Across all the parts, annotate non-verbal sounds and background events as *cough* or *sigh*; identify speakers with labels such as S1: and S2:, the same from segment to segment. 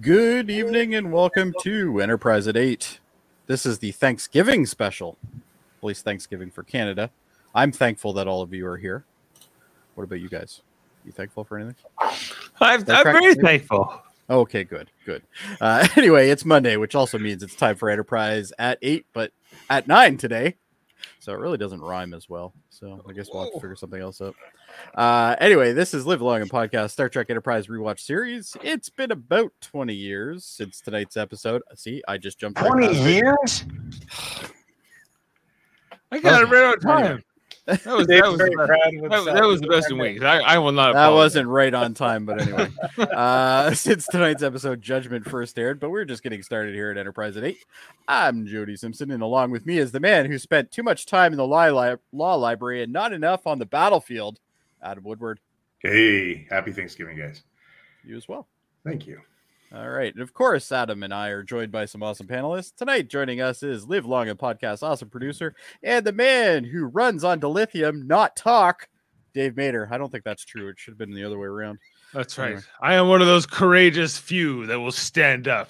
S1: Good evening and welcome to Enterprise at 8. This is the Thanksgiving special, at least Thanksgiving for Canada. I'm thankful that all of you are here. What about you guys? You thankful for anything?
S2: I'm,
S1: That
S2: I'm
S1: cracked
S2: very
S1: me.
S2: thankful.
S1: Okay, good, good. Uh, *laughs* anyway, it's Monday, which also means it's time for Enterprise at 8, but at 9 today. So it really doesn't rhyme as well. So I guess we'll have to
S2: Ooh.
S1: figure something else up. Uh, anyway, this is Live Long and Podcast Star Trek Enterprise Rewatch Series. It's been about 20 years since tonight's episode. See, I just jumped. right past it.
S3: years?
S2: I got it
S1: Okay.
S2: right on time. That was, that, was the best, that, was- that was the best in weeks. I, I will *laughs* not.
S1: That
S2: apologize.
S1: wasn't right on time, but anyway. uh, *laughs* since tonight's episode, Judgment first aired, but we're just getting started here at Enterprise at 8. I'm Jody Simpson, and along with me is the man who spent too much time in the law, li- law library and not enough on the battlefield, Adam Woodward.
S4: Hey, happy Thanksgiving, guys.
S1: You as well.
S4: Thank you.
S1: All right. And of course, Adam and I are joined by some awesome panelists. Tonight, joining us is Live Long and Podcast Awesome Producer and the man who runs on dilithium, not talk, Dave Mater. I don't think that's true. It should have been the other way around.
S2: That's right.
S1: Anyway.
S2: I am one of those courageous few that will stand up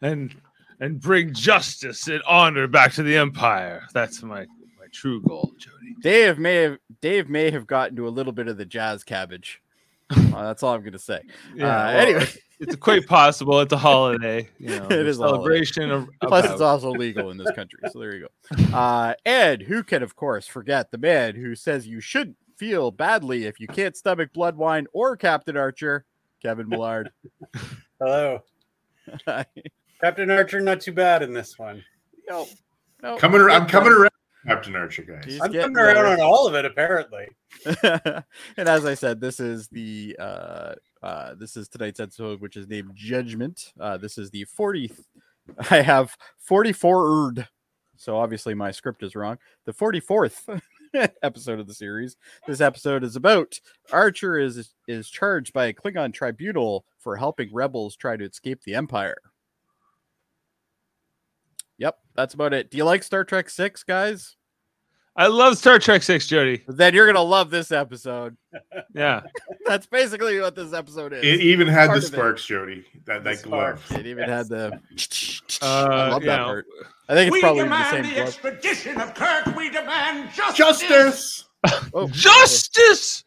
S2: and and bring justice and honor back to the empire. That's my my true goal, Jody.
S1: Dave may have Dave may have gotten to a little bit of the jazz
S2: *laughs*
S1: cabbage. Uh, that's all I'm gonna say.
S2: Yeah,
S1: uh,
S2: well,
S1: anyway,
S2: it's quite possible. It's a holiday.
S1: *laughs*
S2: You know,
S1: It
S2: a
S1: is a holiday.
S2: celebration of.
S1: plus it's
S2: about-
S1: also legal in this country, so there you
S2: *laughs*
S1: go. Uh, and who can, of course, forget the man who says you shouldn't feel badly if you can't stomach blood wine or Captain Archer, Kevin Millard. *laughs*
S3: Hello. Captain Archer, not too bad in this one.
S1: no, *laughs* no,
S4: Coming, ar- I'm coming around, Captain Archer, guys.
S1: He's
S3: I'm
S1: getting
S3: coming around
S1: there.
S3: on all of it, apparently.
S1: *laughs* and as I said, this is the uh, uh, this is tonight's episode, which is named Judgment. Uh, this is the 40th. *laughs* I have 44erd. So obviously my script is wrong. The 44th *laughs* episode of the series. This episode is about Archer is is charged by a Klingon tribunal for helping rebels try to escape the Empire. Yep, that's about it. Do you like Star Trek 6, guys?
S2: I love Star Trek Six, Jody.
S1: Then you're going to love this episode.
S2: Yeah,
S1: That's basically what this episode is.
S4: It even had
S1: Part
S4: the
S1: of it.
S4: sparks, Jody. That that glove.
S3: sparks.
S1: It even had the. I
S2: *laughs* Uh,
S1: love
S2: you
S1: that
S2: know,
S1: part. I think it's
S5: we
S1: probably even the
S5: demand
S1: same.
S5: the,
S1: glove.
S5: expedition of Kirk. We demand justice.
S4: Justice.
S1: Oh,
S2: justice.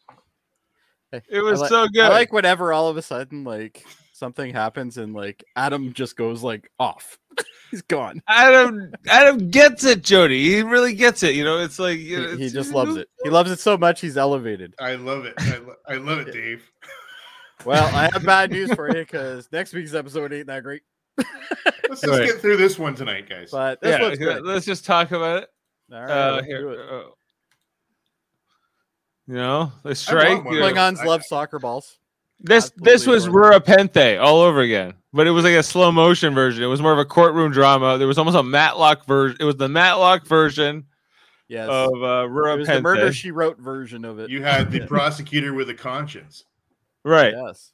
S1: Hey,
S2: It was
S1: like-
S2: so good.
S1: I like whenever all of a sudden like something happens and like Adam just goes like off. *laughs* He's gone.
S2: Adam Adam gets it, Jody. He really gets it. You know, it's like
S1: He,
S2: you know,
S1: he
S2: it's-
S1: just loves it. He loves it so much he's elevated.
S4: I love it. I, lo- I love it, Dave.
S1: Well, I have bad news for you because next week's episode ain't that great.
S4: Let's
S2: Right.
S4: just get through this one tonight, guys.
S1: But this
S2: Yeah,
S1: one's
S2: here,
S1: good.
S2: let's just talk about it.
S1: All right,
S2: uh,
S1: let's do
S2: here,
S1: it.
S2: uh, you know, the strike.
S4: one.
S2: you know.
S4: Like,
S1: Klingons
S4: I-
S1: love soccer balls.
S2: this this
S1: absolutely
S2: was
S1: adorable.
S2: Rurapente all over again, but it was like a slow motion version. It was more of a courtroom drama. There was almost a Matlock version. It was the Matlock version
S1: Yes,
S2: of uh,
S1: it was the murder
S2: Rurapente.
S1: she wrote version of it.
S4: You had the
S1: Yeah.
S4: prosecutor with a conscience.
S2: Right,
S1: Yes.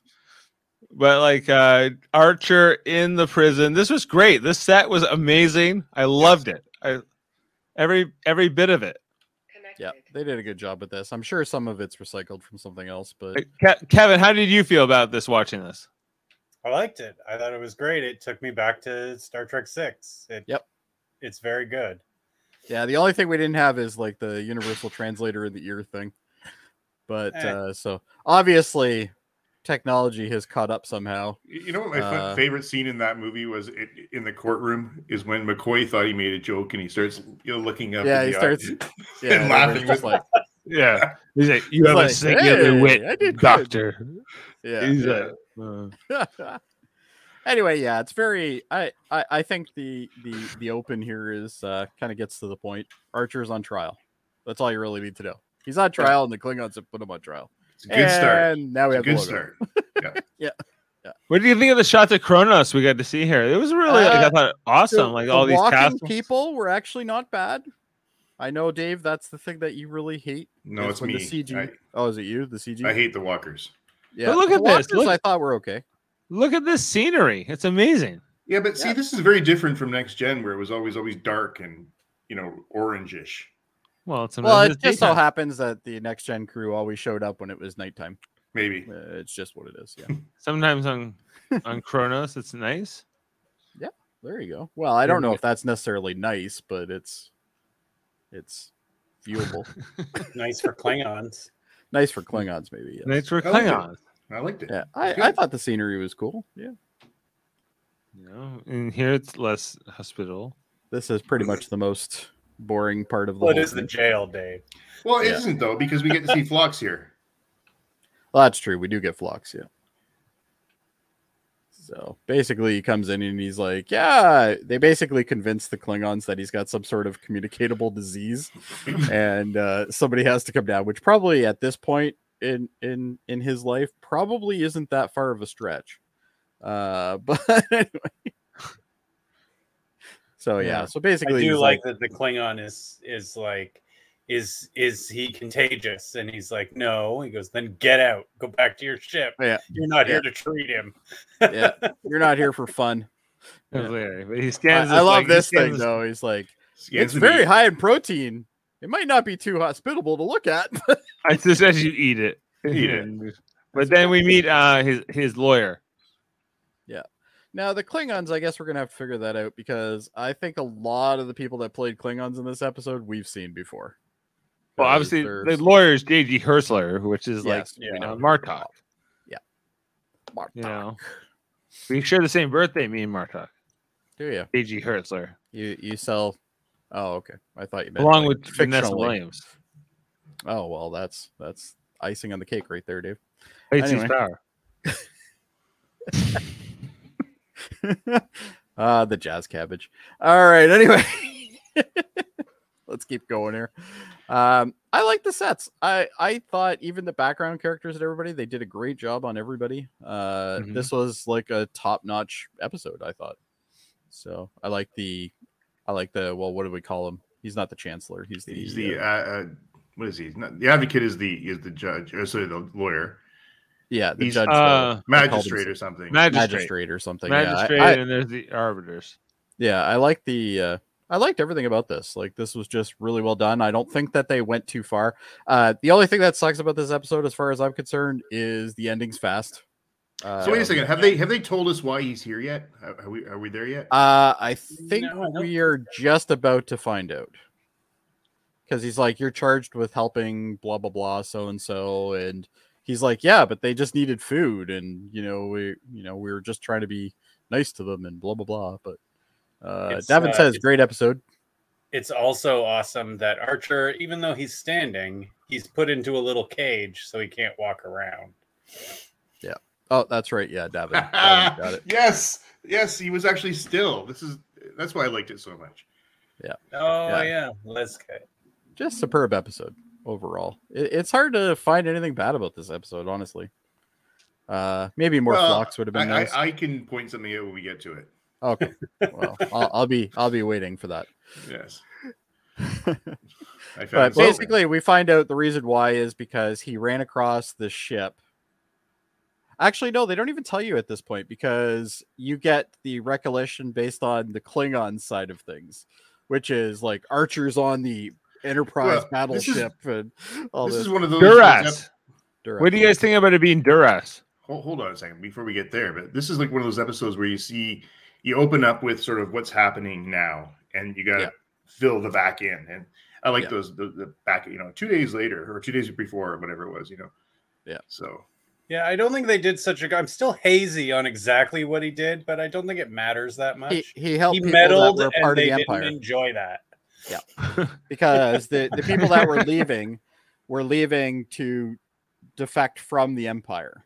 S2: but like uh, Archer in the prison. This was great. This set was amazing. I loved it. I every every bit of it.
S1: Yeah, they did a good job with this. I'm sure some of it's recycled from something else, but
S2: Like, Ke- Kevin, how did you feel about this? Watching this.
S3: I liked it. I thought it was great. It took me back to Star Trek Six. It,
S1: Yep.
S3: It's very good.
S1: yeah, the only thing we didn't have is like the universal translator in the ear thing. But
S3: Eh.
S1: uh, so obviously, technology has caught up somehow.
S4: You you know what my fa-
S1: Uh,
S4: favorite scene in that movie was it, in the courtroom is when McCoy thought he made a joke and he starts you know, looking up.
S1: Yeah,
S4: in
S1: he
S4: the *laughs*
S1: starts-
S4: eye. And
S1: Yeah, everybody's
S4: laughing with- *laughs*
S1: just like,
S2: Yeah. He's like, you
S1: He's
S2: have
S1: like,
S2: a singular
S1: "Hey,
S2: wit,
S1: I did good."
S2: doctor.
S4: *laughs*
S1: yeah.
S2: He's
S4: yeah.
S2: like, uh,
S1: *laughs* anyway, yeah, it's very. I, I I think the the the open here is uh, kind of gets to the point. Archer's on trial. That's all you really need to know. He's on trial, and the Klingons have put him on trial.
S4: It's a good start.
S1: And now we
S4: It's a
S1: have the
S4: good
S1: logo.
S4: start. *laughs*
S2: what do you think of the shots of Kronos we got to see here? It was really, like,
S1: Uh,
S2: I thought, awesome.
S1: So
S2: like
S1: the
S2: all these
S1: walking
S2: castles.
S1: people were actually not bad. I know, Dave. That's the thing that you really hate.
S4: No,
S1: is
S4: it's
S1: when
S4: me.
S1: The CG.
S4: I-
S1: oh, is it you? The CG.
S4: I hate the walkers.
S1: Yeah.
S2: But look
S1: The
S2: at this,
S1: walkers
S2: look.
S1: I thought were okay.
S2: Look at this scenery. It's amazing.
S4: Yeah, but see,
S1: Yeah.
S4: this is very different from next gen, where it was always always dark and you know orangish.
S2: Well, it's
S1: well,
S2: amazing.
S1: it just so happens that the next gen crew always showed up when it was nighttime.
S4: Maybe *laughs*
S1: Uh, it's just what it is. Yeah. *laughs*
S2: Sometimes on on Kronos, it's nice.
S1: There you go. Well, I don't know
S2: Mhm.
S1: if that's necessarily nice, but it's it's
S4: *laughs*
S1: viewable.
S3: Nice
S1: *laughs*
S3: for Klingons.
S1: nice for Klingons, maybe. yes.
S2: Knights were
S4: I like it.
S2: Klingons.
S4: I liked it.
S1: Yeah,
S4: It's
S1: I, I
S4: good.
S1: thought the scenery was cool. Yeah,
S2: You know, and here it's less hospitable.
S1: this is pretty much the most boring part of the.
S3: Well, it
S1: whole
S3: is the
S1: thing.
S3: jail, Dave.
S4: Well, it
S1: Yeah.
S4: not though because we get to
S1: *laughs*
S4: see flocks here.
S1: Well, that's true. We do get flocks, yeah. So basically, he comes in and he's like, "Yeah." They basically convince the Klingons that he's got some sort of communicatable disease,
S3: *laughs*
S1: and uh, somebody has to come down. Which probably at this point in in in his life probably isn't that far of a stretch. Uh, *laughs* but anyway. So yeah,
S2: Yeah.
S1: so
S3: I
S1: basically,
S3: do
S1: he's
S3: like that the Klingon is is like is is he contagious? And he's like, no. He goes, then get out. Go back to your ship.
S1: Yeah.
S3: You're not
S1: Yeah.
S3: here to treat him.
S1: yeah, you're not here for fun. Yeah.
S2: Hilarious. But he
S1: I,
S2: scans.
S1: I love
S2: like- he
S1: this thing
S2: scans-
S1: though. He's like,
S4: Scans
S1: it's
S4: the
S1: very
S4: meat.
S1: high in protein. It might not be too hospitable to look at. *laughs*
S2: I just as you eat it.
S4: Eat it.
S2: And- But then we meet uh, his his lawyer.
S1: now the Klingons, I guess we're gonna have to figure that out because I think a lot of the people that played Klingons in this episode we've seen before.
S2: Well,
S1: 'Cause
S2: obviously
S1: there's-
S2: the lawyer is J.G. Hersler, which is like
S1: Yes, Ah.
S2: you
S1: we
S2: know,
S1: know.
S2: Martok.
S1: Martok.
S2: You know, we share the same birthday, me and Martok.
S1: Do you?
S2: J.G. Hersler,
S1: You you sell? Oh, okay. I thought you meant
S2: along
S1: like,
S2: with Vanessa
S1: fictionally.
S2: Williams.
S1: Oh well, that's that's icing on the cake right there, Dave.
S2: Plates
S1: Anyway.
S2: his power.
S1: *laughs* Ah, the jazz cabbage. All right. Anyway, *laughs* let's keep going here. Um, I like the sets. I I thought even the background characters and everybody they did a great job on everybody. Uh,
S4: Mm-hmm.
S2: Mhm.
S1: this was like a top notch episode. I thought. So I like the, I like the. Well, what do we call him? He's not the chancellor. He's the.
S4: He's the
S1: uh,
S4: uh, uh, what is he? He's not- the advocate is the is the judge or sorry the lawyer,
S1: yeah, the
S4: he's,
S1: judge,
S2: Uh,
S1: I called him
S4: magistrate or something.
S2: magistrate, magistrate,
S1: magistrate or something. Yeah, I- I,
S2: and there's the arbiters.
S1: yeah i like the uh i liked everything about this like this was just really well done i don't think that they went too far uh the only thing that sucks about this episode as far as i'm concerned is the ending's fast uh,
S4: so wait a second. Have they have they told us why he's here yet? Are, are we are we there *laughs* yet?
S1: uh i think
S3: No, I don't
S1: we are just about to find out because he's like you're charged with helping blah blah blah so and so and he's like yeah but they just needed food and you know we you know we were just trying to be nice to them and blah blah blah but uh
S3: It's,
S1: davin
S3: uh,
S1: says
S3: it's-
S1: great episode
S3: It's also awesome that Archer, even though he's standing, he's put into a little cage so he can't walk around.
S1: Oh, that's right. Yeah, Davin.
S4: *laughs*
S1: Davin got it.
S4: yes, yes. He was actually still. This is that's why I liked it so much.
S3: Oh
S1: Yeah.
S3: yeah, let's go.
S1: Just superb episode overall. It, it's hard to find anything bad about this episode, honestly. Uh, maybe more
S4: Well,
S1: flocks would have been
S4: I,
S1: nice.
S4: I, I can point something out when we get to it.
S1: okay,
S4: *laughs*
S1: well, I'll, I'll be I'll be waiting for that.
S4: Yes.
S1: *laughs*
S4: I found
S1: But
S4: something.
S1: basically, we find out the reason why is because he ran across the ship. Actually, no, they don't even tell you at this point because you get the recollection based on the Klingon side of things, which is like archers on the Enterprise
S4: Well, this is-
S1: battleship and all
S4: this
S1: this.
S4: is one of those.
S2: Duras.
S1: Durant.
S2: What do you guys think about it being Duras?
S1: *laughs*
S4: hold, hold on a second before we get there but this is like one of those episodes where you see you open up with sort of what's happening now and you got to
S1: Yeah.
S4: fill the back in and i like
S1: Yeah.
S4: those the, the back you know two days later or two days before or whatever it was you know
S1: Yeah.
S4: so
S3: Yeah, I don't think they did such a good. I'm still hazy on exactly what he did, but I don't think it matters that much.
S1: He,
S3: He,
S1: he helped people
S3: meddled,
S1: that were
S3: and
S1: part of
S3: they
S1: the
S3: didn't
S1: empire
S3: enjoy that.
S1: because the, the people that
S2: *laughs*
S1: were leaving were leaving to defect from the empire.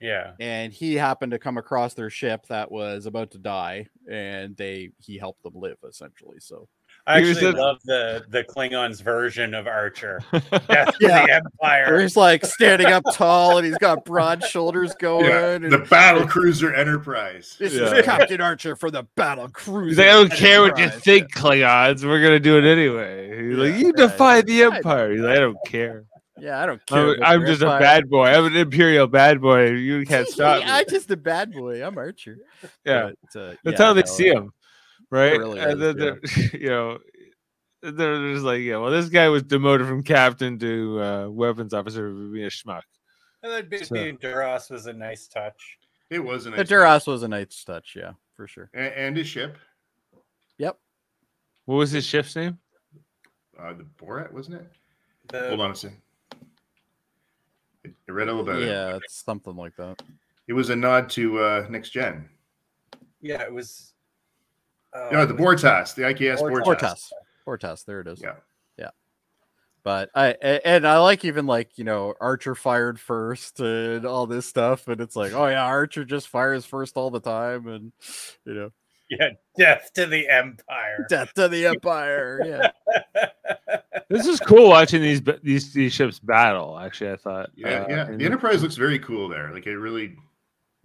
S3: Yeah,
S1: And he happened to come across their ship that was about to die, and they he helped them live essentially. So
S3: I
S2: He was
S3: actually
S2: a-
S3: love the the Klingons version of Archer. Death to the
S1: Yeah. Or
S3: Empire.
S1: he's like standing up tall, and he's got broad
S2: *laughs*
S1: shoulders going.
S4: yeah,
S1: and
S4: the battle cruiser
S1: *laughs*
S4: enterprise
S1: this
S2: Yeah.
S1: is Captain Archer for the battle
S2: He's
S1: cruiser.
S2: like, I don't care what you
S1: Enterprise."
S2: think, Klingons. We're gonna do it anyway. He's like,
S1: Yeah,
S2: you
S1: yeah,
S2: defy the
S1: yeah.
S2: empire. He's like, I don't care.
S1: Yeah, I don't care.
S2: I'm,
S1: about
S2: I'm
S1: your
S2: just a
S1: empire.
S2: bad boy. I'm an imperial bad boy. You
S1: *laughs*
S2: *laughs* can't stop me.
S1: I'm just a bad boy. I'm Archer.
S2: *laughs* yeah,
S1: But, uh,
S2: that's
S1: yeah,
S2: how they
S1: no,
S2: see him, right?
S1: really
S2: and
S1: is,
S2: then they're, *laughs* you know, they're just like, yeah, well, this guy was demoted from captain to uh, weapons officer for being a schmuck.
S3: That bit
S2: So-
S3: being Duras was a nice touch.
S4: It was a
S1: The
S4: nice
S1: Duras was a nice touch, yeah, for sure.
S4: a- and his ship,
S2: What was his ship's name?
S4: uh, the Borat, wasn't it?
S3: The-
S4: Hold on a second. I I read all about it.
S1: Yeah, it's something like that.
S4: It was a nod to uh, next gen.
S3: Yeah, it was. Uh,
S4: No, the
S3: it was-
S4: Bortas, the IKS
S3: Bort-
S4: Bortas.
S1: Portas. Portas, there it is.
S4: Yeah.
S1: Yeah. But I a- and I like even like, you know, Archer fired first and all this stuff and it's like, oh yeah, Archer just fires first all the time and you know,
S3: Yeah, death to the
S2: *laughs*
S3: empire.
S1: death to the empire. Yeah.
S2: This is cool watching these ba- these these ships battle. Actually, I thought.
S4: Yeah,
S2: uh,
S4: yeah.
S2: in
S4: The Enterprise looks very cool there. Like it really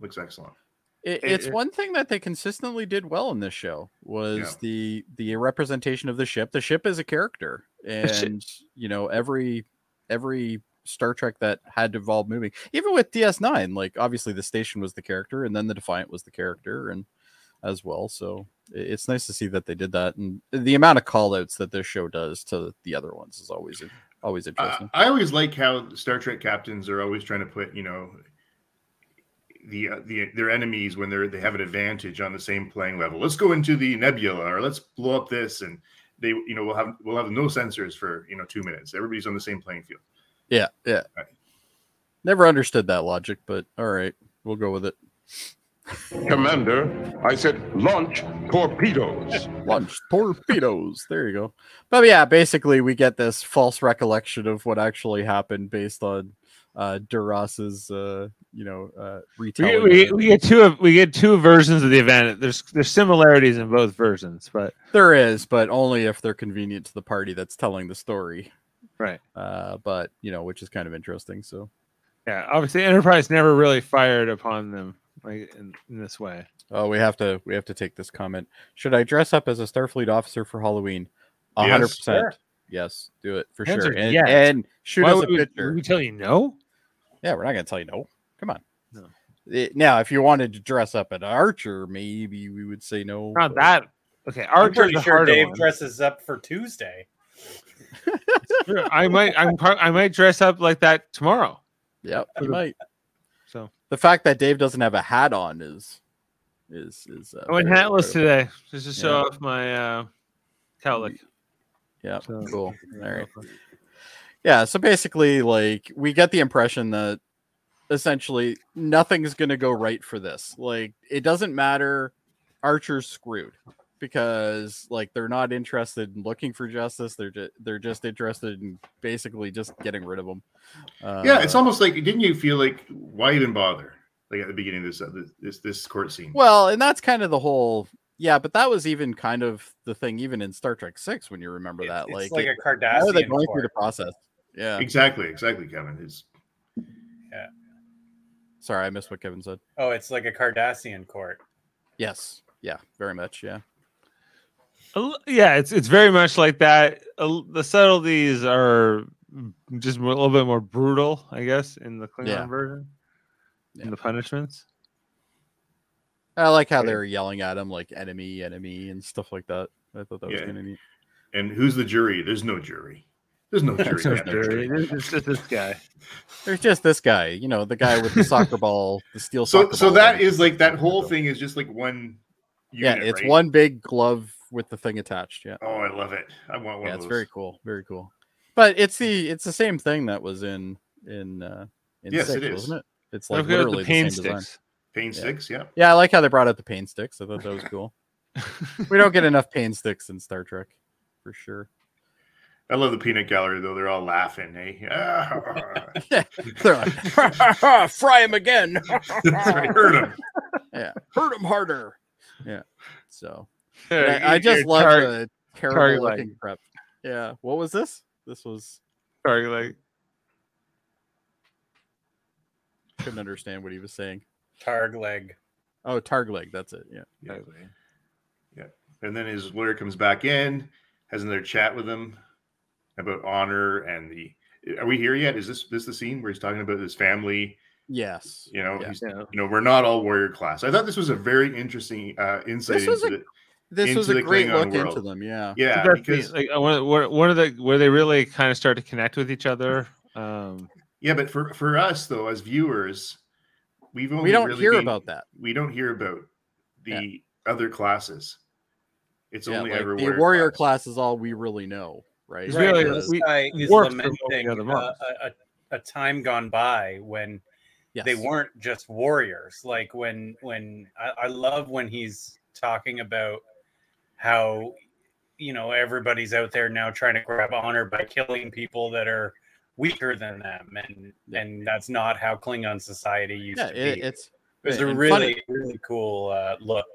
S4: looks excellent.
S1: It,
S2: It-
S1: it's
S2: it-
S1: one thing that they consistently did well in this show was the the representation of the ship. The ship is a character,
S2: shi-
S1: and you know every every Star Trek that had to involve moving, even with DS Nine, like obviously the station was the character, and then the Defiant was the character, and as well. So i- it's nice to see that they did that, and the amount of call outs that this show does to the other ones is always in- always
S4: I,
S1: interesting.
S4: I always like how Star Trek captains are always trying to put, you know, the uh, the their enemies when they're they have an advantage on the same playing level. Let's go into the nebula, or let's blow up this, and they, you know, we'll have we'll have no sensors for you know two minutes. Everybody's on the same playing field.
S1: yeah, yeah.
S4: Right.
S1: Never understood that logic, but all right, we'll go with it.
S6: Commander, I said launch torpedoes.
S1: Lunch torpedoes. There you go. But yeah, basically we get this false recollection of what actually happened based on uh Duras's uh you know uh
S2: We
S1: retelling.
S2: get,
S1: of
S2: we,
S1: it.
S2: get- we get two of we get two versions of the event. There's there's similarities in both versions, but
S1: There is, but only if they're convenient to the party that's telling the story.
S2: Right.
S1: Uh but you know, which is kind of interesting. So
S2: yeah, obviously Enterprise never really fired upon them like in, in this way.
S1: oh we have to we have to take this comment. Should I dress up as a Starfleet officer for Halloween? A hundred
S4: Yes.
S1: percent. Yes, do it for
S2: Answer
S1: sure. And,
S2: yes.
S1: and shoot
S2: Why
S1: us a
S2: would we-
S1: picture.
S2: would we tell you no?
S1: Yeah, we're not gonna tell you no. Come on.
S2: No.
S1: It- now, if you wanted to dress up an archer, maybe we would say no.
S2: Not
S1: but-
S2: that. Okay,
S3: I'm
S2: Archer's
S3: pretty
S2: the
S3: sure
S2: harder
S3: Dave
S2: one.
S3: dresses up for Tuesday.
S1: *laughs*
S2: Sure, I might I'm pro- I might dress up like that tomorrow.
S1: Yep,
S2: For
S1: you
S2: the-
S1: might.
S2: So
S1: The fact that Dave doesn't have a hat on is is is. Uh,
S2: I went
S1: very
S2: Oh, hatless
S1: incredible.
S2: today just to show
S1: Yeah.
S2: off my uh, cowlick.
S1: Yep,
S2: So-
S1: cool. All right. Yeah. So basically, like we get the impression that essentially nothing's gonna go right for this. Like it doesn't matter. Archer's screwed because like they're not interested in looking for justice. They're just they're just interested in basically just getting rid of him. Uh,
S4: yeah, it's almost like didn't you feel like why even bother? Like at the beginning of this uh, this this court scene.
S1: Well, and that's kind of the whole. Yeah, but that was even kind of the thing, even in Star Trek Six, when you remember
S3: It's,
S1: that.
S3: it's
S1: like,
S3: like
S1: it-
S3: a
S1: how are they
S3: Cardassian.
S1: going through
S3: court.
S1: the process? Yeah.
S4: Exactly, exactly, Kevin. It's
S1: Sorry, I missed what Kevin said.
S3: Oh, it's like a Cardassian court.
S1: Yes. Yeah. Very much. Yeah.
S2: A l- Yeah, it's it's very much like that. A l- The subtleties are just a little bit more brutal, I guess, in the Klingon
S1: Yeah.
S2: version.
S1: Yeah.
S2: In the punishments.
S1: I like how they
S4: Yeah.
S1: were yelling at him, like enemy, enemy, and stuff like that. I thought that was
S4: Yeah.
S1: kind of neat.
S4: and who's the jury? There's no jury. There's
S1: *laughs*
S4: no jury.
S1: no
S4: Captain.
S1: jury.
S2: It's just this guy.
S1: There's just this guy, you know, the guy with the soccer ball, the steel.
S4: So
S1: soccer
S4: so
S1: ball
S4: that
S1: thing.
S4: is like that whole thing is just like one.
S1: Yeah,
S4: Unit,
S1: it's
S4: right?
S1: one big glove with the thing attached. Yeah.
S4: Oh, I love it. I want one
S1: yeah,
S4: of
S1: it's
S4: those.
S1: very cool, very cool. But it's the it's the same thing that was in in uh in
S4: Yes,
S1: six,
S4: it is.
S1: wasn't it? It's
S2: Don't
S1: like
S2: forget about
S1: literally
S2: the
S1: the,
S2: pain
S1: same design.
S2: sticks.
S4: Pain
S1: Yeah.
S4: six, yeah.
S1: Yeah, I like how they brought out the pain sticks. I thought
S2: *laughs*
S1: that was cool. we don't get enough pain sticks in Star Trek, for sure.
S4: I love the peanut gallery though. They're all laughing. eh? Hey,
S1: *laughs*
S4: Ah.
S1: They're like, fry him again,
S4: *laughs*
S1: *laughs*
S4: That's right. Hurt 'em.
S1: hurt him harder. Yeah. So
S2: Yeah,
S1: I, I
S2: you-
S1: just
S2: you're
S1: love
S2: tar-
S1: the
S2: target
S1: terrible looking prep. Yeah. What was this? This was
S2: tar- like,
S1: couldn't understand what he was saying.
S3: Targ leg.
S1: Oh, Targleg. That's it. Yeah.
S4: Yeah. And then his lawyer comes back in, has another chat with him about honor and the. Are we here yet? Is this this the scene where he's talking about his family?
S1: Yes.
S4: You know,
S1: Yeah.
S4: he's,
S2: yeah.
S4: you know, we're not all warrior class. I thought this was a very interesting uh, insight
S1: This was
S4: into
S1: a-
S4: the.
S1: this was
S4: into
S1: a
S4: the
S1: great
S4: Klingon
S1: look
S4: world.
S1: into them. Yeah.
S4: Yeah,
S2: That's the-
S4: because
S2: like uh, one, of the- one one of the where they really kind of start to connect with each other. Um,
S4: yeah, but for for us though, as viewers, we've only
S1: We don't
S4: really
S1: hear
S4: been-
S1: about that.
S4: we don't hear about the
S1: Yeah.
S4: other classes. It's
S1: Yeah,
S4: only
S1: like,
S4: ever
S1: the warrior, class. is all we really know, right?
S2: It's really-
S3: this
S2: we-
S3: guy is
S2: worked for the
S3: lamenting
S2: other
S3: uh,
S2: month.
S3: a, a, a time gone by when
S1: Yes.
S3: they weren't just warriors. Like when when I, I love when he's talking about how you know everybody's out there now trying to grab honor by killing people that are weaker than them, and
S1: Yeah.
S3: and that's not how Klingon society used
S1: Yeah,
S3: to
S1: it,
S3: be.
S1: it's
S3: It was a
S1: and
S3: really,
S1: funny-
S3: really cool uh, look.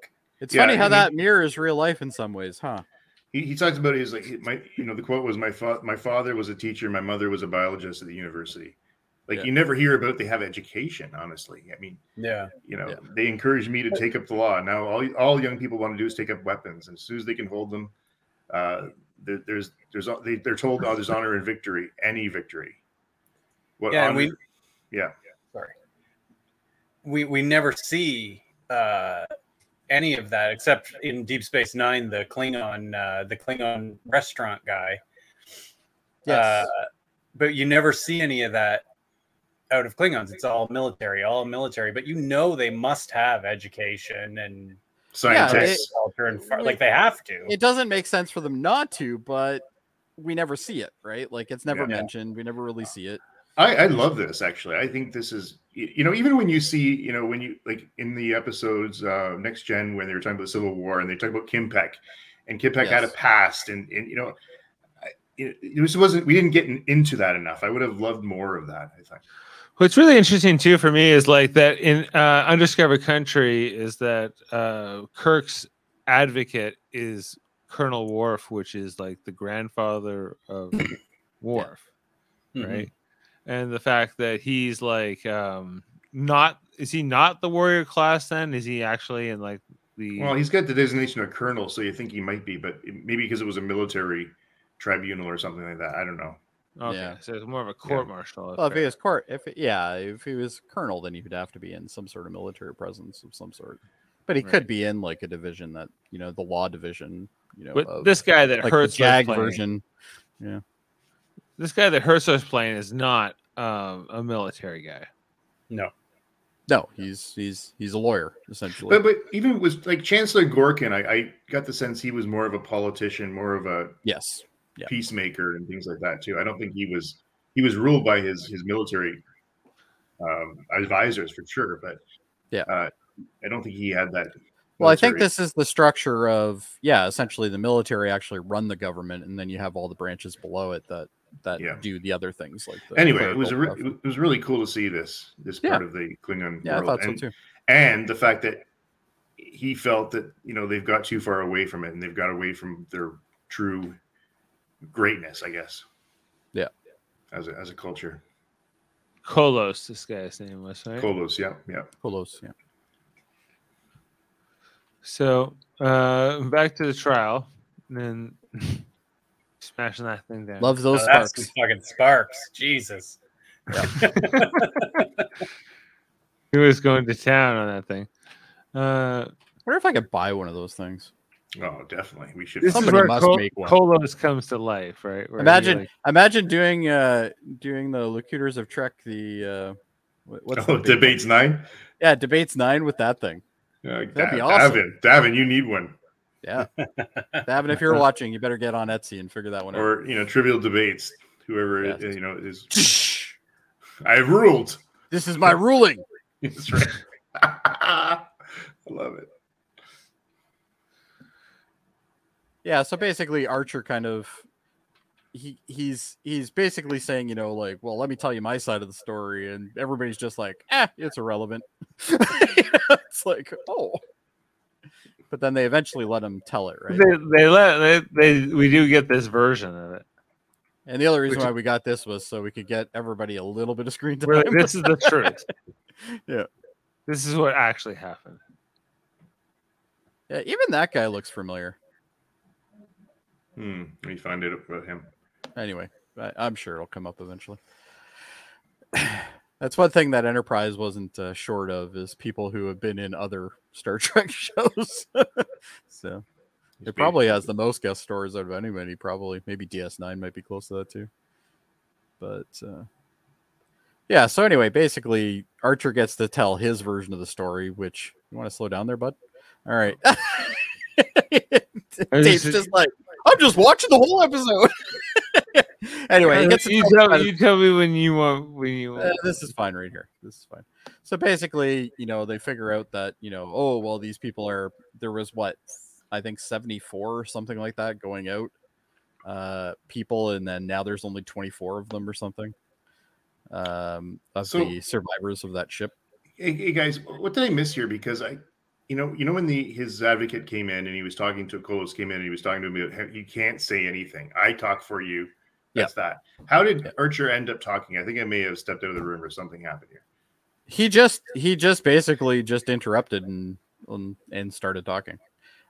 S1: it's
S4: Yeah,
S1: funny how
S4: and he-
S1: that mirrors real life in some ways, huh?
S4: He, he talks about it, he's like he- my you know the quote was my fa- my father was a teacher, my mother was a biologist at the university. Like
S1: Yeah.
S4: you never hear about they have education. Honestly, I mean
S3: Yeah.
S4: you know
S1: Yeah.
S4: they encourage me to take up the law. Now all all young people want to do is take up weapons, and as soon as they can hold them, uh, there, there's there's they, they're told oh there's honor in victory, any victory. What
S3: Yeah, and we-
S4: yeah.
S3: we we never see uh any of that except in deep space nine the klingon uh the klingon restaurant guy
S1: Yes.
S3: uh, but you never see any of that out of klingons it's all military all military but you know they must have education and
S1: they-
S4: Scientists.
S3: culture and far, like they have to
S1: it doesn't make sense for them not to, but we never see it, right? Like it's never
S4: Yeah.
S1: mentioned. We never really see it.
S4: I, I love this actually. I think this is y- you know even when you see you know when you like in the episodes uh, next gen when they were talking about the Civil War and they talk about Kim Peck and Kim Peck had a
S1: Yes.
S4: past and and you know I, it, it was wasn't we didn't get in- into that enough. I would have loved more of that. I think.
S2: What's really interesting too for me is like that in uh, Undiscovered Country is that uh, Kirk's advocate is Colonel Worf, which is like the grandfather of Worf,
S1: Mm-hmm.
S3: Mhm.
S2: right? And the fact that he's like um, not is he not the warrior class then? Is he actually in like the
S4: Well, he's got the designation of colonel, so you think he might be, but it- maybe because it was a military tribunal or something like that. I don't know.
S2: okay?
S1: Yeah.
S2: So it's more of a court martial.
S1: Well, if he was court, if yeah, if he was colonel, then he would have to be in some sort of military presence of some sort. But he
S2: Right.
S1: could be in like a division that you know the law division, you know,
S2: but
S1: of,
S2: this guy that
S1: like the
S2: hurts
S1: JAG
S2: playing,
S1: version.
S2: This guy that hurts us playing is not um, a military guy.
S3: no
S1: No, he's he's he's a lawyer essentially.
S4: But but even with like Chancellor Gorkin, I, I got the sense he was more of a politician, more of a
S1: yes, Yeah.
S4: peacemaker and things like that too. I don't think he was he was ruled by his his military um, advisors for sure, but
S1: Yeah.
S4: uh, I don't think he had that.
S1: Well, I think
S4: military-
S1: this is the structure of yeah, essentially the military actually run the government, and then you have all the branches below it that that
S4: Yeah.
S1: do the other things like. The
S4: Anyway, it was a
S1: clerical
S4: re-
S1: stuff.
S4: it was really cool to see this this
S1: Yeah.
S4: part of the Klingon
S1: yeah, I
S4: world,
S1: thought so
S4: and,
S1: too.
S4: and the fact that he felt that you know they've got too far away from it and they've got away from their true greatness, I guess.
S1: Yeah.
S4: as a, as a culture,
S2: Kolos, this guy's name was right.
S4: Kolos, yeah, yeah.
S1: Kolos, yeah.
S2: So uh, back to the trial, and then *laughs* smashing that thing down.
S1: Love those
S3: No, that's
S1: sparks.
S3: some fucking sparks jesus
S2: He was going to town on that thing. Uh,
S1: I wonder if I could buy one of those things.
S4: Oh, definitely, we should.
S2: this is
S1: Somebody
S2: where
S1: must
S2: Kol-
S1: make one.
S2: Kolos comes to life, right? Where he,
S1: imagine,
S2: like-
S1: imagine doing uh doing the locutors of Trek the uh what,
S4: *laughs*
S1: what's
S4: oh,
S1: the big-
S4: debates nine.
S1: yeah debates nine with that thing.
S4: Uh,
S1: That'd be
S4: Da-
S1: awesome.
S4: Davin, Davin, you need one.
S1: Yeah, Davin,
S4: *laughs*
S1: if you're watching, you better get on Etsy and figure that one out.
S4: Or you know, trivial debates. Whoever
S1: Yes.
S4: uh, you know is. I have ruled. *laughs*
S1: This is my ruling.
S4: That's
S1: *laughs*
S4: right. I love it.
S1: Yeah, so basically Archer kind of he he's he's basically saying, you know, like, well, let me tell you my side of the story, and everybody's just like, eh, it's irrelevant. *laughs* it's like, oh. But then they eventually let him tell it, right?
S2: they they let they, they we do get this version of it.
S1: And the other reason
S2: Which-
S1: why we got this was so we could get everybody a little bit of screen *laughs* time.
S2: We're like, this is the truth.
S1: *laughs* Yeah.
S2: this is what actually happened.
S1: Yeah, even that guy looks familiar.
S4: Hmm. Let me find out about him.
S1: Anyway, I, I'm sure it'll come up eventually. That's one thing that Enterprise wasn't uh, short of is people who have been in other Star *laughs* Trek shows. *laughs* so
S4: He's
S1: It probably has the most guest stars out of anybody. Probably, maybe DS9 might be close to that too. But uh, yeah, yeah. So anyway, basically, Archer gets to tell his version of the story. Which you want to slow down there, bud? All right. *laughs* Dave's just like, I'm just watching the whole episode. *laughs* anyway, he gets to
S2: you,
S1: tell
S2: tell,
S1: about
S2: you tell me when you want when you want.
S1: Uh, this is fine right here. This is fine. So basically, you know, they figure out that, you know, oh, well, these people are, there was what, I think 74 or something like that going out, uh, people. And then now there's only 24 of them or something, um, of
S4: So-
S1: the survivors of that ship.
S4: Hey, hey, guys, what did I miss here? Because I, you know, you know when the his advocate came in and he was talking to Kolos came in and he was talking to me about how you can't say anything. I talk for you. That's that. How did
S1: Yeah.
S4: Archer end up talking? I think I may have stepped out of the room or something happened here.
S1: He just, he just basically just interrupted and, and, and started talking.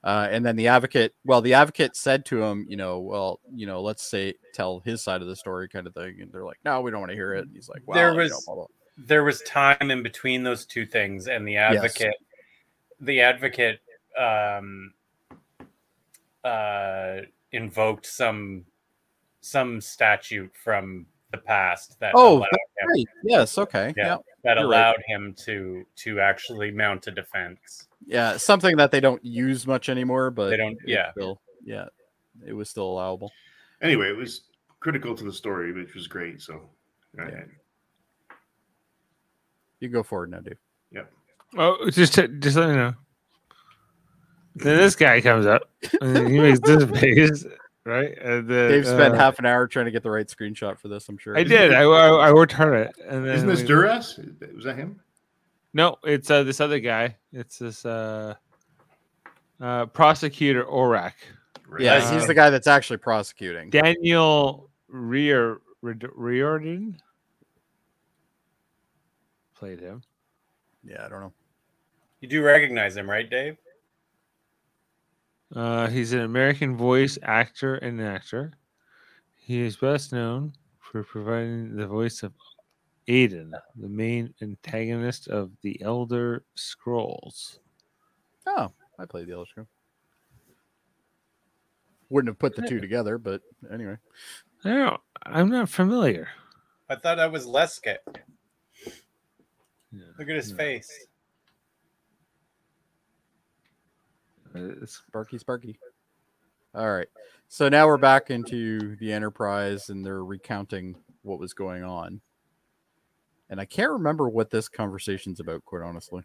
S1: Uh, and then the advocate, well, the advocate said to him, you know, well, you know, let's say tell his side of the story kind of thing. And they're like, no, we don't want to hear it. And he's like, well,
S3: There
S1: you know,
S3: was-
S1: blah, blah.
S3: there was time in between those two things and the
S1: Yes.
S3: advocate the advocate um uh invoked some some statute from the past that
S1: Oh,
S3: allowed, him,
S1: Right. Yes. Okay.
S3: Yeah.
S1: Yeah.
S3: that
S1: you're right.
S3: allowed him to to actually mount a defense
S1: Yeah. Something that they don't use much anymore, but
S3: They don't-
S1: it's
S3: yeah.
S1: Still, yeah. It was still allowable.
S4: Anyway, it was critical to the story, which was great. So, right.
S1: Yeah. You go forward now, dude.
S2: Oh, just to, just let me know. Then this guy comes up and he makes
S1: *laughs*
S2: this face, right? And then,
S1: Dave spent
S2: uh,
S1: half an hour trying to get the right screenshot for this. I'm sure.
S2: I did. I, I, I worked hard at it. And then
S4: isn't this
S2: we-
S4: Duras? Was that him?
S2: No, it's uh, this other guy. It's this uh, uh, prosecutor Orak,
S4: Right.
S1: Yeah,
S2: Uh,
S1: he's the guy that's actually prosecuting.
S2: Daniel Rear Rid- Riordan played him.
S1: Yeah, I don't know.
S3: you do recognize him right dave
S2: Uh, he's an American voice actor and actor. He is best known for providing the voice of Aiden, the main antagonist of the Elder Scrolls.
S1: Oh, I played the Elder Scrolls. Wouldn't have put the two together, but anyway.
S2: I don't, I'm not familiar.
S3: i thought i was leska
S2: No,
S3: look at his
S1: Hmm.
S2: no.
S3: face
S2: Uh, it's-
S1: Sparky, Sparky. All right. So now we're back into the Enterprise and they're recounting what was going on. And I can't remember what this conversation's about, quite honestly.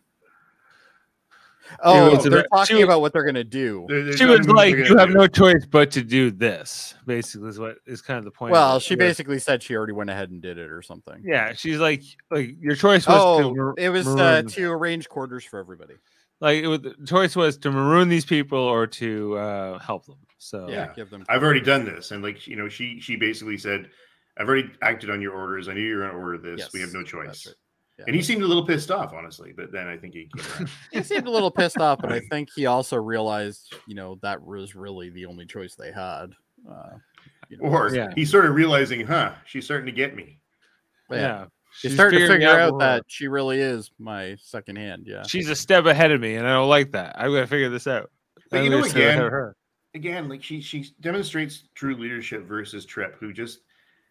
S1: Oh,
S2: was
S1: they're
S2: about-
S1: talking
S2: she-
S1: about what they're going to do.
S4: There- there's
S2: She
S4: other
S2: was
S4: moves
S2: like,
S4: they're
S2: "You
S4: gonna
S2: have
S4: do."
S2: no choice but to do this." Basically, is what is kind of the point. of
S1: Well,
S2: it,
S1: she
S2: where-
S1: basically said she already went ahead and did it or something.
S2: yeah, she's like, like your choice was to
S1: Oh,
S2: mar-
S1: it was uh,
S2: maroon-
S1: to arrange quarters for everybody.
S2: like it was, the choice was to maroon these people or to uh, help them. So
S1: Yeah,
S4: Yeah.
S1: give them.
S4: I've already done this. And like, you know, she she basically said, I've already acted on your orders. I knew you were gonna order this. we have
S1: Yes,
S4: no
S1: that's
S4: choice.
S1: right. Yeah.
S4: And he seemed a little pissed off, honestly, but then I think he came
S1: *laughs*
S4: around.
S1: he seemed a little pissed off, but I think he also realized, you know, that was really the only choice they had. Uh, you know,
S4: or
S2: Yeah.
S4: he started realizing, huh, she's starting to get me.
S1: yeah,
S2: she's
S1: She's starting to
S2: figuring
S1: figure out
S2: what-
S1: that she really is my second hand. Yeah,
S2: she's a step ahead of me, and I don't like that. I'm gonna figure this out.
S4: But
S2: I'm
S4: you know,
S2: gonna step ahead
S4: again-
S2: of her.
S4: Again, like she she demonstrates true leadership versus Trip, who just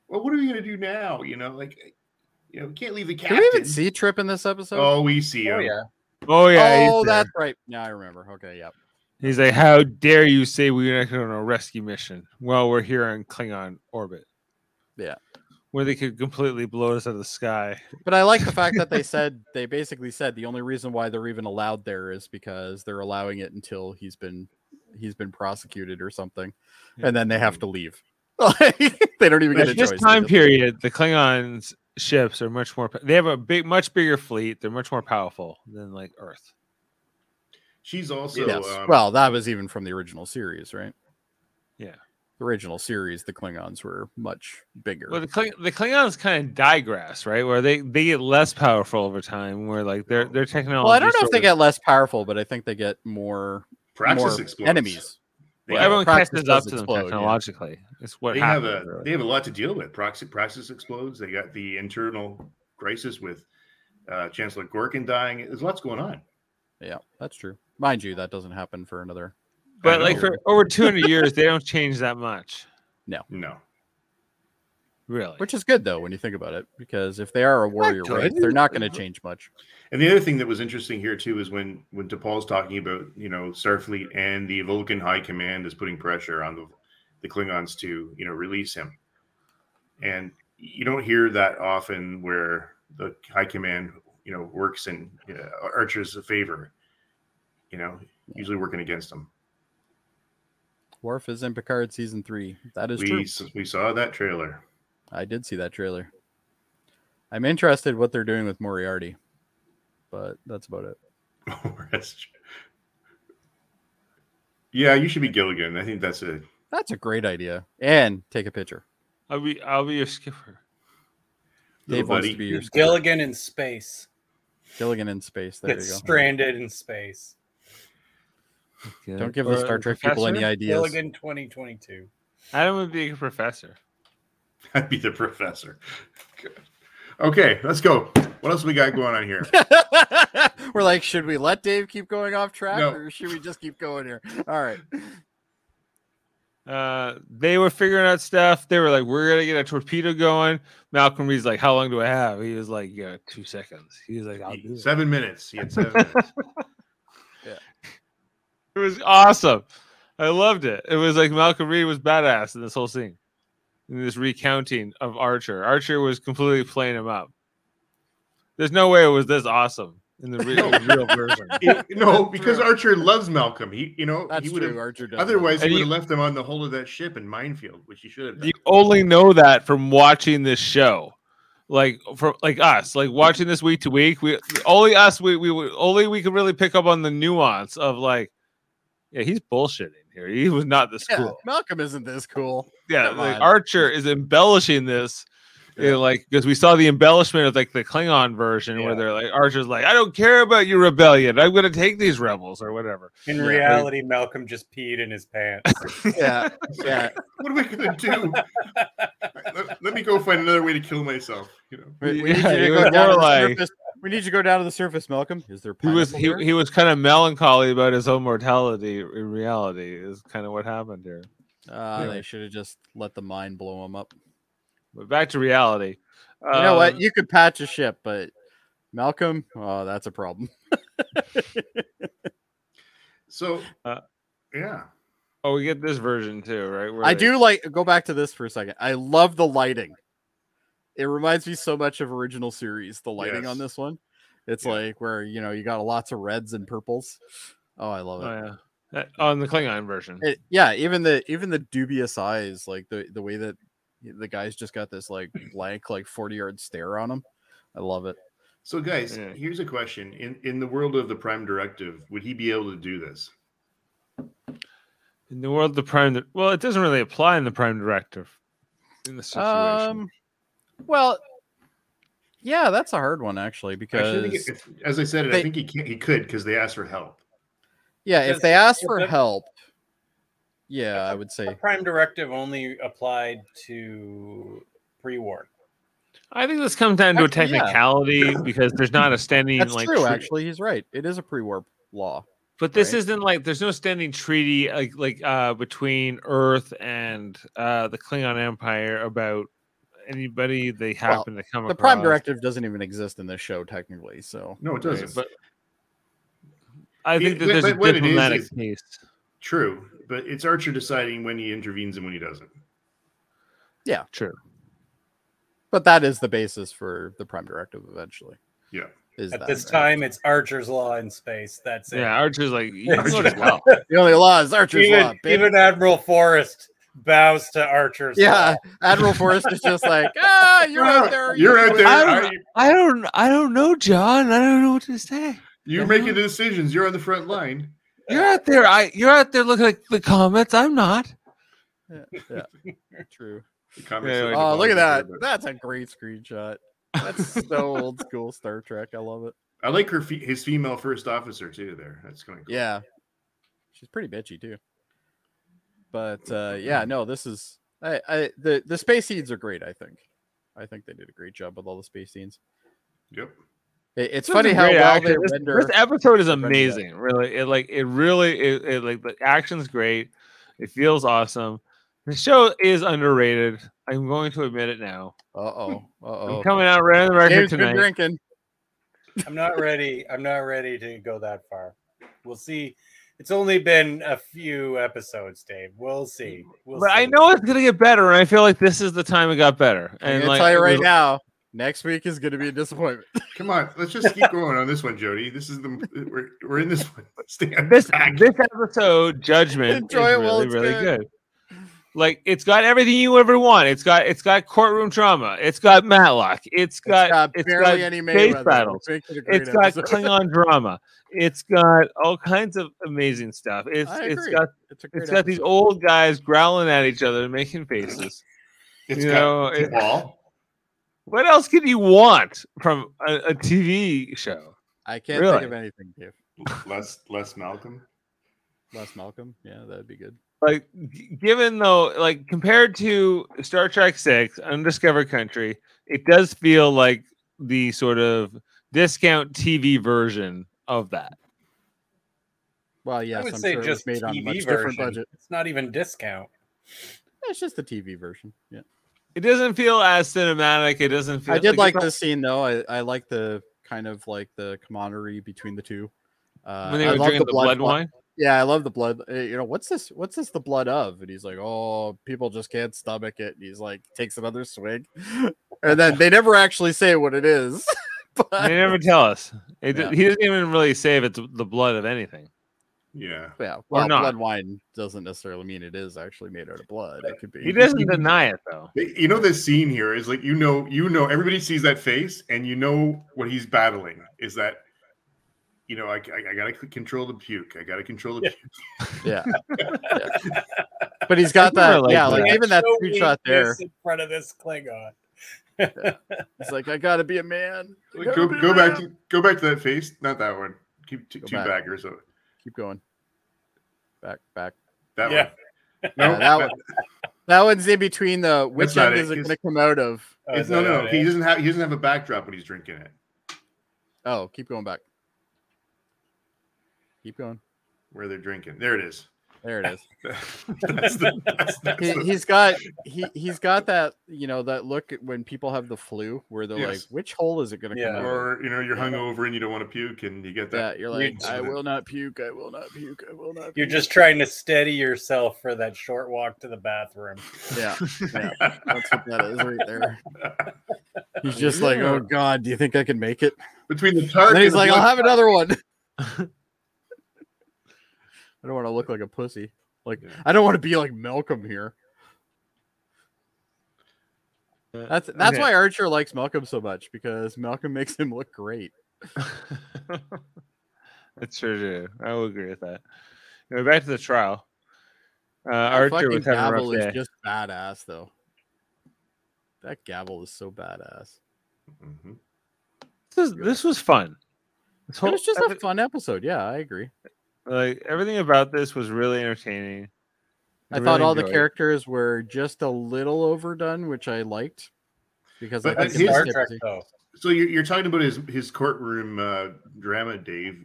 S4: well, what are we gonna do now? You know, like you know, we can't leave the
S1: Can
S4: captain.
S1: we even see Trip in this episode?
S4: oh, we see him.
S3: oh yeah
S2: oh yeah, he's,
S1: Oh,
S2: there.
S1: that's right. Now I remember. Okay, yeah.
S2: he's like, "How dare you say we're not going on a rescue mission? Well, we're here on Klingon orbit."
S1: Yeah.
S2: where they could completely blow us out of the sky.
S1: But I like the fact that they said they basically said the only reason why they're even allowed there is because they're allowing it until he's been he's been prosecuted or something, and then they
S2: Mm-hmm.
S1: have to leave. *laughs* they don't even
S4: But
S1: get a
S2: At this
S1: choice. They
S2: time
S1: just-
S2: period, the Klingons ships are much more. pa- They have a big, much bigger fleet. They're much more powerful than like Earth.
S4: She's also
S1: yes.
S4: um,
S1: well, that was even from the original series, right?
S2: Yeah.
S1: The original series, the Klingons were much bigger.
S2: Well, the, Kling- the Klingons kind of digress, right? Where they they get less powerful over time. Where like their their technology.
S1: Well, I don't know if
S2: sort
S1: they
S2: of-
S1: get less powerful, but I think they get more,
S4: Praxis
S1: more
S4: explodes.
S1: enemies.
S4: They,
S1: Well,
S4: have,
S2: everyone
S1: Praxis
S2: catches up
S1: does
S2: to them
S1: explode, yeah.
S2: technologically. It's what
S4: they have
S2: happens.
S4: a
S2: really.
S4: they have a lot to deal with. Proxy Praxis explodes. They got the internal crisis with uh, Chancellor Gorkin dying. There's lots going on.
S1: Yeah, that's true. Mind you, that doesn't happen for another.
S2: but like
S4: know.
S2: for over two hundred years, they don't change that much.
S4: No.
S2: Really?
S1: which is good though when you think about it, because if they are a warrior
S2: good.
S1: rank, they're not going to change much.
S4: And the other thing that was interesting here too is when when DePaul's talking about you know Starfleet and the Vulcan High Command is putting pressure on the the Klingons to you know release him, and you don't hear that often where the High Command you know works in uh, Archer's favor, you know usually working against him.
S1: Worf is in Picard season three. That is
S4: We
S1: true.
S4: s- we saw that trailer. *laughs*
S1: I did see that trailer. I'm interested what they're doing with Moriarty, but that's about it.
S4: That's true. yeah, you should be Gilligan. I think that's a *laughs*
S1: That's a great idea. And take a picture.
S2: I'll be I'll be your skipper.
S4: little
S1: Dave wants
S4: buddy.
S1: to be your skipper.
S3: Gilligan in space.
S1: Gilligan in space. There
S3: That's
S1: you go.
S3: stranded in space.
S1: Don't give the
S2: Or
S1: Star Trek people any
S2: professor?
S1: ideas.
S3: Gilligan 2022.
S2: Adam would be a professor.
S4: I'd be the professor. Good. Okay, let's go. What else we got going on here?
S1: *laughs* We're like, should we let Dave keep going off track
S4: No.
S1: or should we just keep going here? All
S2: *laughs*
S1: right.
S2: Uh, they were figuring out stuff. They were like, "We're gonna get a torpedo going." Malcolm Reed's like, "How long do I have?" He was like, "Yeah, two seconds." He was like, "I'll do it."
S4: seven minutes. He had seven
S2: *laughs*
S4: minutes.
S2: It was awesome. I loved it. It was like Malcolm Reed was badass in this whole scene. In this recounting of Archer. Archer was completely playing him up. There's no way it was this awesome in the *laughs* real, real version.
S4: It- no, because Archer loves Malcolm. He, you know,
S1: That's
S4: he would
S1: true.
S4: have.
S1: Archer does.
S4: Otherwise, he
S2: And
S4: would
S2: you-
S4: have left him on the hull of that ship in minefield, which he should have done.
S2: You only know that from watching this show. Like for like us, like watching this week to week, we only us we we would only we could really pick up on the nuance of like, yeah, he's bullshitting here. He was not this
S1: *laughs* Yeah,
S2: cool.
S1: Malcolm isn't this
S2: *laughs*
S1: cool.
S2: yeah,
S1: Come
S2: like
S1: on.
S2: Archer is embellishing this, you know, like because we saw the embellishment of like the Klingon version where
S3: Yeah.
S2: they're like Archer's like, I don't care about your rebellion, I'm gonna take these rebels or whatever.
S3: In
S1: Yeah.
S3: reality, Malcolm just peed in his
S1: *laughs*
S3: pants. *laughs*
S1: Yeah. yeah.
S4: *laughs* What am I gonna do? let, let me go find another way to kill myself. You know,
S1: We, we
S2: Yeah,
S1: need you
S2: he
S1: to
S2: was
S1: go down to
S2: more
S1: the
S2: like-
S1: surface. We need you to go down to the surface, Malcolm. Is there
S2: He was
S1: pineapple
S2: he,
S1: here?
S2: he was kind of melancholy about his own mortality. In reality, is kind of what happened here.
S1: Ah,
S2: Yeah.
S1: they should have just let the mine blow him up.
S2: But back to reality.
S1: You know what?
S2: Um,
S1: You could patch a ship, but Malcolm, oh, that's a problem.
S4: so
S2: Uh,
S4: yeah,
S2: oh, we get this version too, right? Where
S1: I
S2: they-
S1: do like go back to this for a second. I love the lighting. It reminds me so much of original series. The lighting on
S4: Yes.
S1: this one, it's
S4: Yeah.
S1: like where you know you got lots of reds and purples. Oh, I love it.
S2: Oh, yeah. Uh, On the Klingon version,
S1: It- yeah, even the even the dubious eyes, like the the way that the guy's just got this like blank like forty yard stare on him. I love it.
S4: so guys,
S2: Yeah.
S4: here's a question: in in the world of the Prime Directive, would he be able to do this?
S2: in the world, of the prime. Well, it doesn't really apply in the prime directive. In the situation,
S1: Um, well, yeah, that's a hard one actually because
S4: Actually, I think it- if- as I said it, I
S1: they-
S4: think he can, he could because they asked for help.
S1: yeah, if
S3: because
S1: they ask
S3: if
S1: for
S3: it-
S1: help, yeah, I would
S3: The
S1: say
S3: prime directive only applied to pre-war.
S2: I think this comes down to a
S1: Actually, yeah.
S2: technicality
S1: *laughs*
S2: because there's not a standing
S1: that's
S2: like
S1: true.
S2: tre-
S1: Actually, he's right. It is a pre-war law.
S2: but this
S1: right?
S2: isn't like there's no standing treaty like like uh between Earth and uh the Klingon Empire about anybody they happen to come
S1: The
S2: across.
S1: prime directive doesn't even exist in this show technically, so
S4: No, it
S2: Right,
S4: doesn't.
S2: But I think
S4: It-
S2: that
S4: but-
S2: there's
S4: but what
S2: a
S4: it is
S2: diplomatic
S4: is-
S2: case.
S4: True, but it's Archer deciding when he intervenes and when he doesn't.
S2: True.
S1: but that is the basis for the prime directive eventually.
S4: Yeah.
S1: Is
S3: At
S1: that
S3: this
S1: right?
S3: *laughs* time, it's Archer's law in space. That's it.
S2: Yeah, Archer's like you can go
S4: Archer's
S2: to hell.
S1: *laughs* The only law is Archer's law.
S3: even,
S1: baby.
S3: even Admiral Forrest bows to Archer's
S1: Yeah,
S3: law.
S1: Admiral Forrest is just
S3: *laughs*
S1: like, ah, you're out there.
S4: You're out there.
S2: I
S4: I-
S2: I don't I don't know, John. I don't know what to say.
S4: you're making the decisions. You're on the front line.
S2: You're out there. I you're out there looking at the comments. I'm not.
S1: Yeah, yeah. true.
S4: The
S2: Yeah,
S4: conversation-
S1: Oh, look at that. That's a great screenshot. That's so
S3: *laughs*
S1: old school Star Trek. I love it.
S4: I like her. Fe- his female first officer too. There, that's kind of cool.
S1: Yeah, she's pretty bitchy too. But uh, yeah, no, this is I, I the the space scenes are great. I think, I think they did a great job with all the space scenes.
S4: Yep.
S1: It, it's
S2: This is
S1: funny
S2: a
S1: how
S2: great
S1: well
S2: action.
S1: they
S2: this,
S1: render.
S2: this episode is
S1: they render that.
S2: amazing. Really, it like it really it, it like the action's great. It feels awesome. The show is underrated. I'm going to admit it now.
S1: Uh oh. Uh
S2: I'm
S1: oh.
S2: coming out right on the record
S1: Dave's been
S2: tonight.
S1: drinking.
S3: I'm not ready. I'm not ready to go that far. We'll see. It's only been a few episodes, Dave. We'll see. We'll
S2: But
S3: see.
S2: I know it's gonna get better, and I feel like this is the time it got better.
S1: I'm
S2: And
S1: gonna
S2: like
S1: tell you
S2: it
S1: right
S2: was-
S1: now, next week is gonna be a disappointment.
S4: Come on, let's just keep going on this one, Jody. This is the we're, we're in this one. *laughs* Stay on
S2: this
S4: track.
S2: *laughs* this episode judgment
S1: Enjoy
S2: is
S1: it while
S2: really
S1: it's
S2: really
S1: good.
S2: good. Like it's got everything you ever want. It's got it's got courtroom drama. It's got Matlock. It's
S1: It's got,
S2: got it's
S1: barely
S2: got,
S1: any
S2: space
S1: Mayweather.
S2: battles.
S1: Make it a great
S2: it's got
S1: episode. *laughs*
S2: Klingon drama. It's got all kinds of amazing stuff. It's
S1: I
S2: it's
S1: agree.
S2: got
S1: It's, a great
S2: it's got these
S1: episode.
S2: old guys growling at each other and making faces.
S4: It's
S2: you
S4: got
S2: know, it-
S4: Paul.
S2: what else could you want from a, a TV show?
S1: I can't think
S2: really.
S1: of anything, Dave.
S4: less less Malcolm.
S1: Les Malcolm. Yeah, that'd be good.
S2: like g- given though like compared to star trek 6 undiscovered country it does feel like the sort of discount tv version of that
S1: Well, yes,
S3: I would
S1: I'm
S3: say
S1: sure
S3: just
S1: it was made on a
S3: TV
S1: much
S3: version.
S1: different budget.
S3: It's not even discount.
S1: It's just the TV version. Yeah.
S2: it doesn't feel as cinematic it doesn't feel
S1: I did like
S2: it's
S1: this scene though. I, I like the kind of like the camaraderie between the two. Uh,
S2: not- when they
S1: I
S2: were
S1: love
S2: drinking the blood,
S1: wi-
S2: wine
S1: Yeah, I love the blood. uh, You know, what's this? What's this? The blood of? And he's like, oh, people just can't stomach it. And he's like, takes another swig, *laughs* and then they never actually say what it is. *laughs*
S2: they
S1: but
S2: never
S1: *laughs*
S2: tell us it,
S1: Yeah.
S2: he doesn't even really say if it's the blood of anything
S4: Yeah.
S1: yeah, well,
S2: not.
S1: blood wine doesn't necessarily mean it is actually made out of blood. It could be.
S2: he doesn't deny it though
S4: They- You know this scene here is like you know you know everybody sees that face and you know what he's battling is that you know I, I, I gotta c- control the puke I gotta control the puke.
S1: Yeah. Yeah. *laughs* But he's got
S2: *laughs* I kinda
S1: that.
S2: like
S1: yeah, like
S2: that.
S1: even that
S3: Show
S1: two
S3: me
S1: shot there.
S3: this in front of this Klingon.
S1: It's like I gotta be a man. I
S4: Like, go
S1: gotta be a
S4: go back
S1: man."
S4: to go back to that face not that one keep t-
S1: Go
S4: two Oh,
S1: back.
S4: back or so
S1: Keep going. Back, back.
S4: that
S3: Yeah.
S4: one no
S1: *laughs* Yeah, that one. That one's in between the which
S4: not
S1: end
S4: it,
S1: is it
S4: 'cause-
S1: gonna come out of?
S3: Oh,
S4: it's,
S3: is
S4: no
S3: that
S4: no
S3: what
S4: no
S3: it
S4: he
S3: is?
S4: doesn't have he doesn't have a backdrop when he's drinking it
S1: Oh, keep going back. Keep going.
S4: where they're drinking there it is *laughs*
S1: There it is.
S4: that's the, that's, that's
S1: *laughs* He,
S4: the-
S1: he's got he he's got that you know that look at when people have the flu where they're
S4: Yes.
S1: like, which hole is it gonna
S3: Yeah.
S1: come out? of?"
S4: or you know you're hungover and you don't want to puke and you get
S1: Yeah,
S4: that
S1: you're
S3: You-
S4: *laughs*
S1: like, I will not puke. I will not puke. I will not.
S3: You're
S1: puke."
S3: just trying to steady yourself for that short walk to the bathroom.
S1: yeah. yeah. That's what that is right
S4: *laughs*
S1: there. He's just like,
S4: Yeah.
S1: oh god, do you think I can make it?
S4: between the target
S1: And then he's like, "Uh-huh." I'll
S4: blood,
S1: have another one. *laughs* I don't want to look like a pussy. Like
S4: Yeah.
S1: I don't want to be like Malcolm here. That's that's
S2: Okay.
S1: why Archer likes Malcolm so much because Malcolm makes him look great.
S2: That's sure do. I will agree with that. Anyway, back to the trial. Uh,
S1: That
S2: Archer was
S1: fucking
S2: having a
S1: gavel
S2: rough
S1: is
S2: day.
S1: just badass though. That gavel is so badass.
S4: Mhm.
S2: This, is- this was fun. This
S1: It
S2: whole,
S1: was just a
S2: every-
S1: fun episode. Yeah, I agree.
S2: like everything about this was really entertaining.
S1: I thought
S2: really
S1: all the
S2: enjoyed it.
S1: characters were just a little overdone, which I liked because
S4: But
S1: I
S4: that
S1: think
S4: That's
S1: it
S4: his-
S3: Star
S1: was
S3: Trek,
S1: typical.
S3: though.
S4: So you're, you're talking about his his courtroom uh, drama, Dave.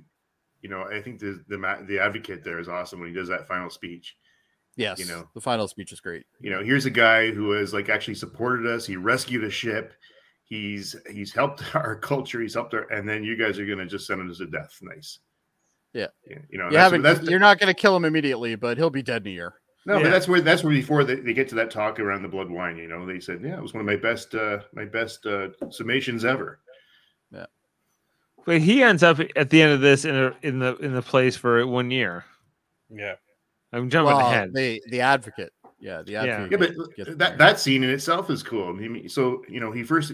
S4: You know, I think the the ma- the advocate there is awesome when he does that final speech.
S1: Yes,
S4: you know.
S1: the final speech is great.
S4: You know, here's a guy who has like actually supported us. He rescued a ship. He's he's helped *laughs* our culture. He's helped our, and then you guys are gonna just sentence him to death. Nice.
S1: Yeah.
S4: You know,
S1: you
S4: that's,
S1: haven't.
S4: that's
S1: you're not going to kill him immediately, but he'll be dead in a year.
S4: no,
S2: yeah.
S4: but that's where that's where before they, they get to that talk around the blood wine. You know, they said, yeah, it was one of my best uh, my best uh, summations ever.
S2: But he ends up at the end of this in a, in the in the place for one year.
S3: Yeah.
S2: I'm jumping
S1: Well,
S2: ahead.
S1: the the advocate. Yeah, the advocate.
S4: Yeah, but uh,
S1: gets in
S4: that,
S1: there.
S4: that scene in itself is cool. I mean, so you know, he first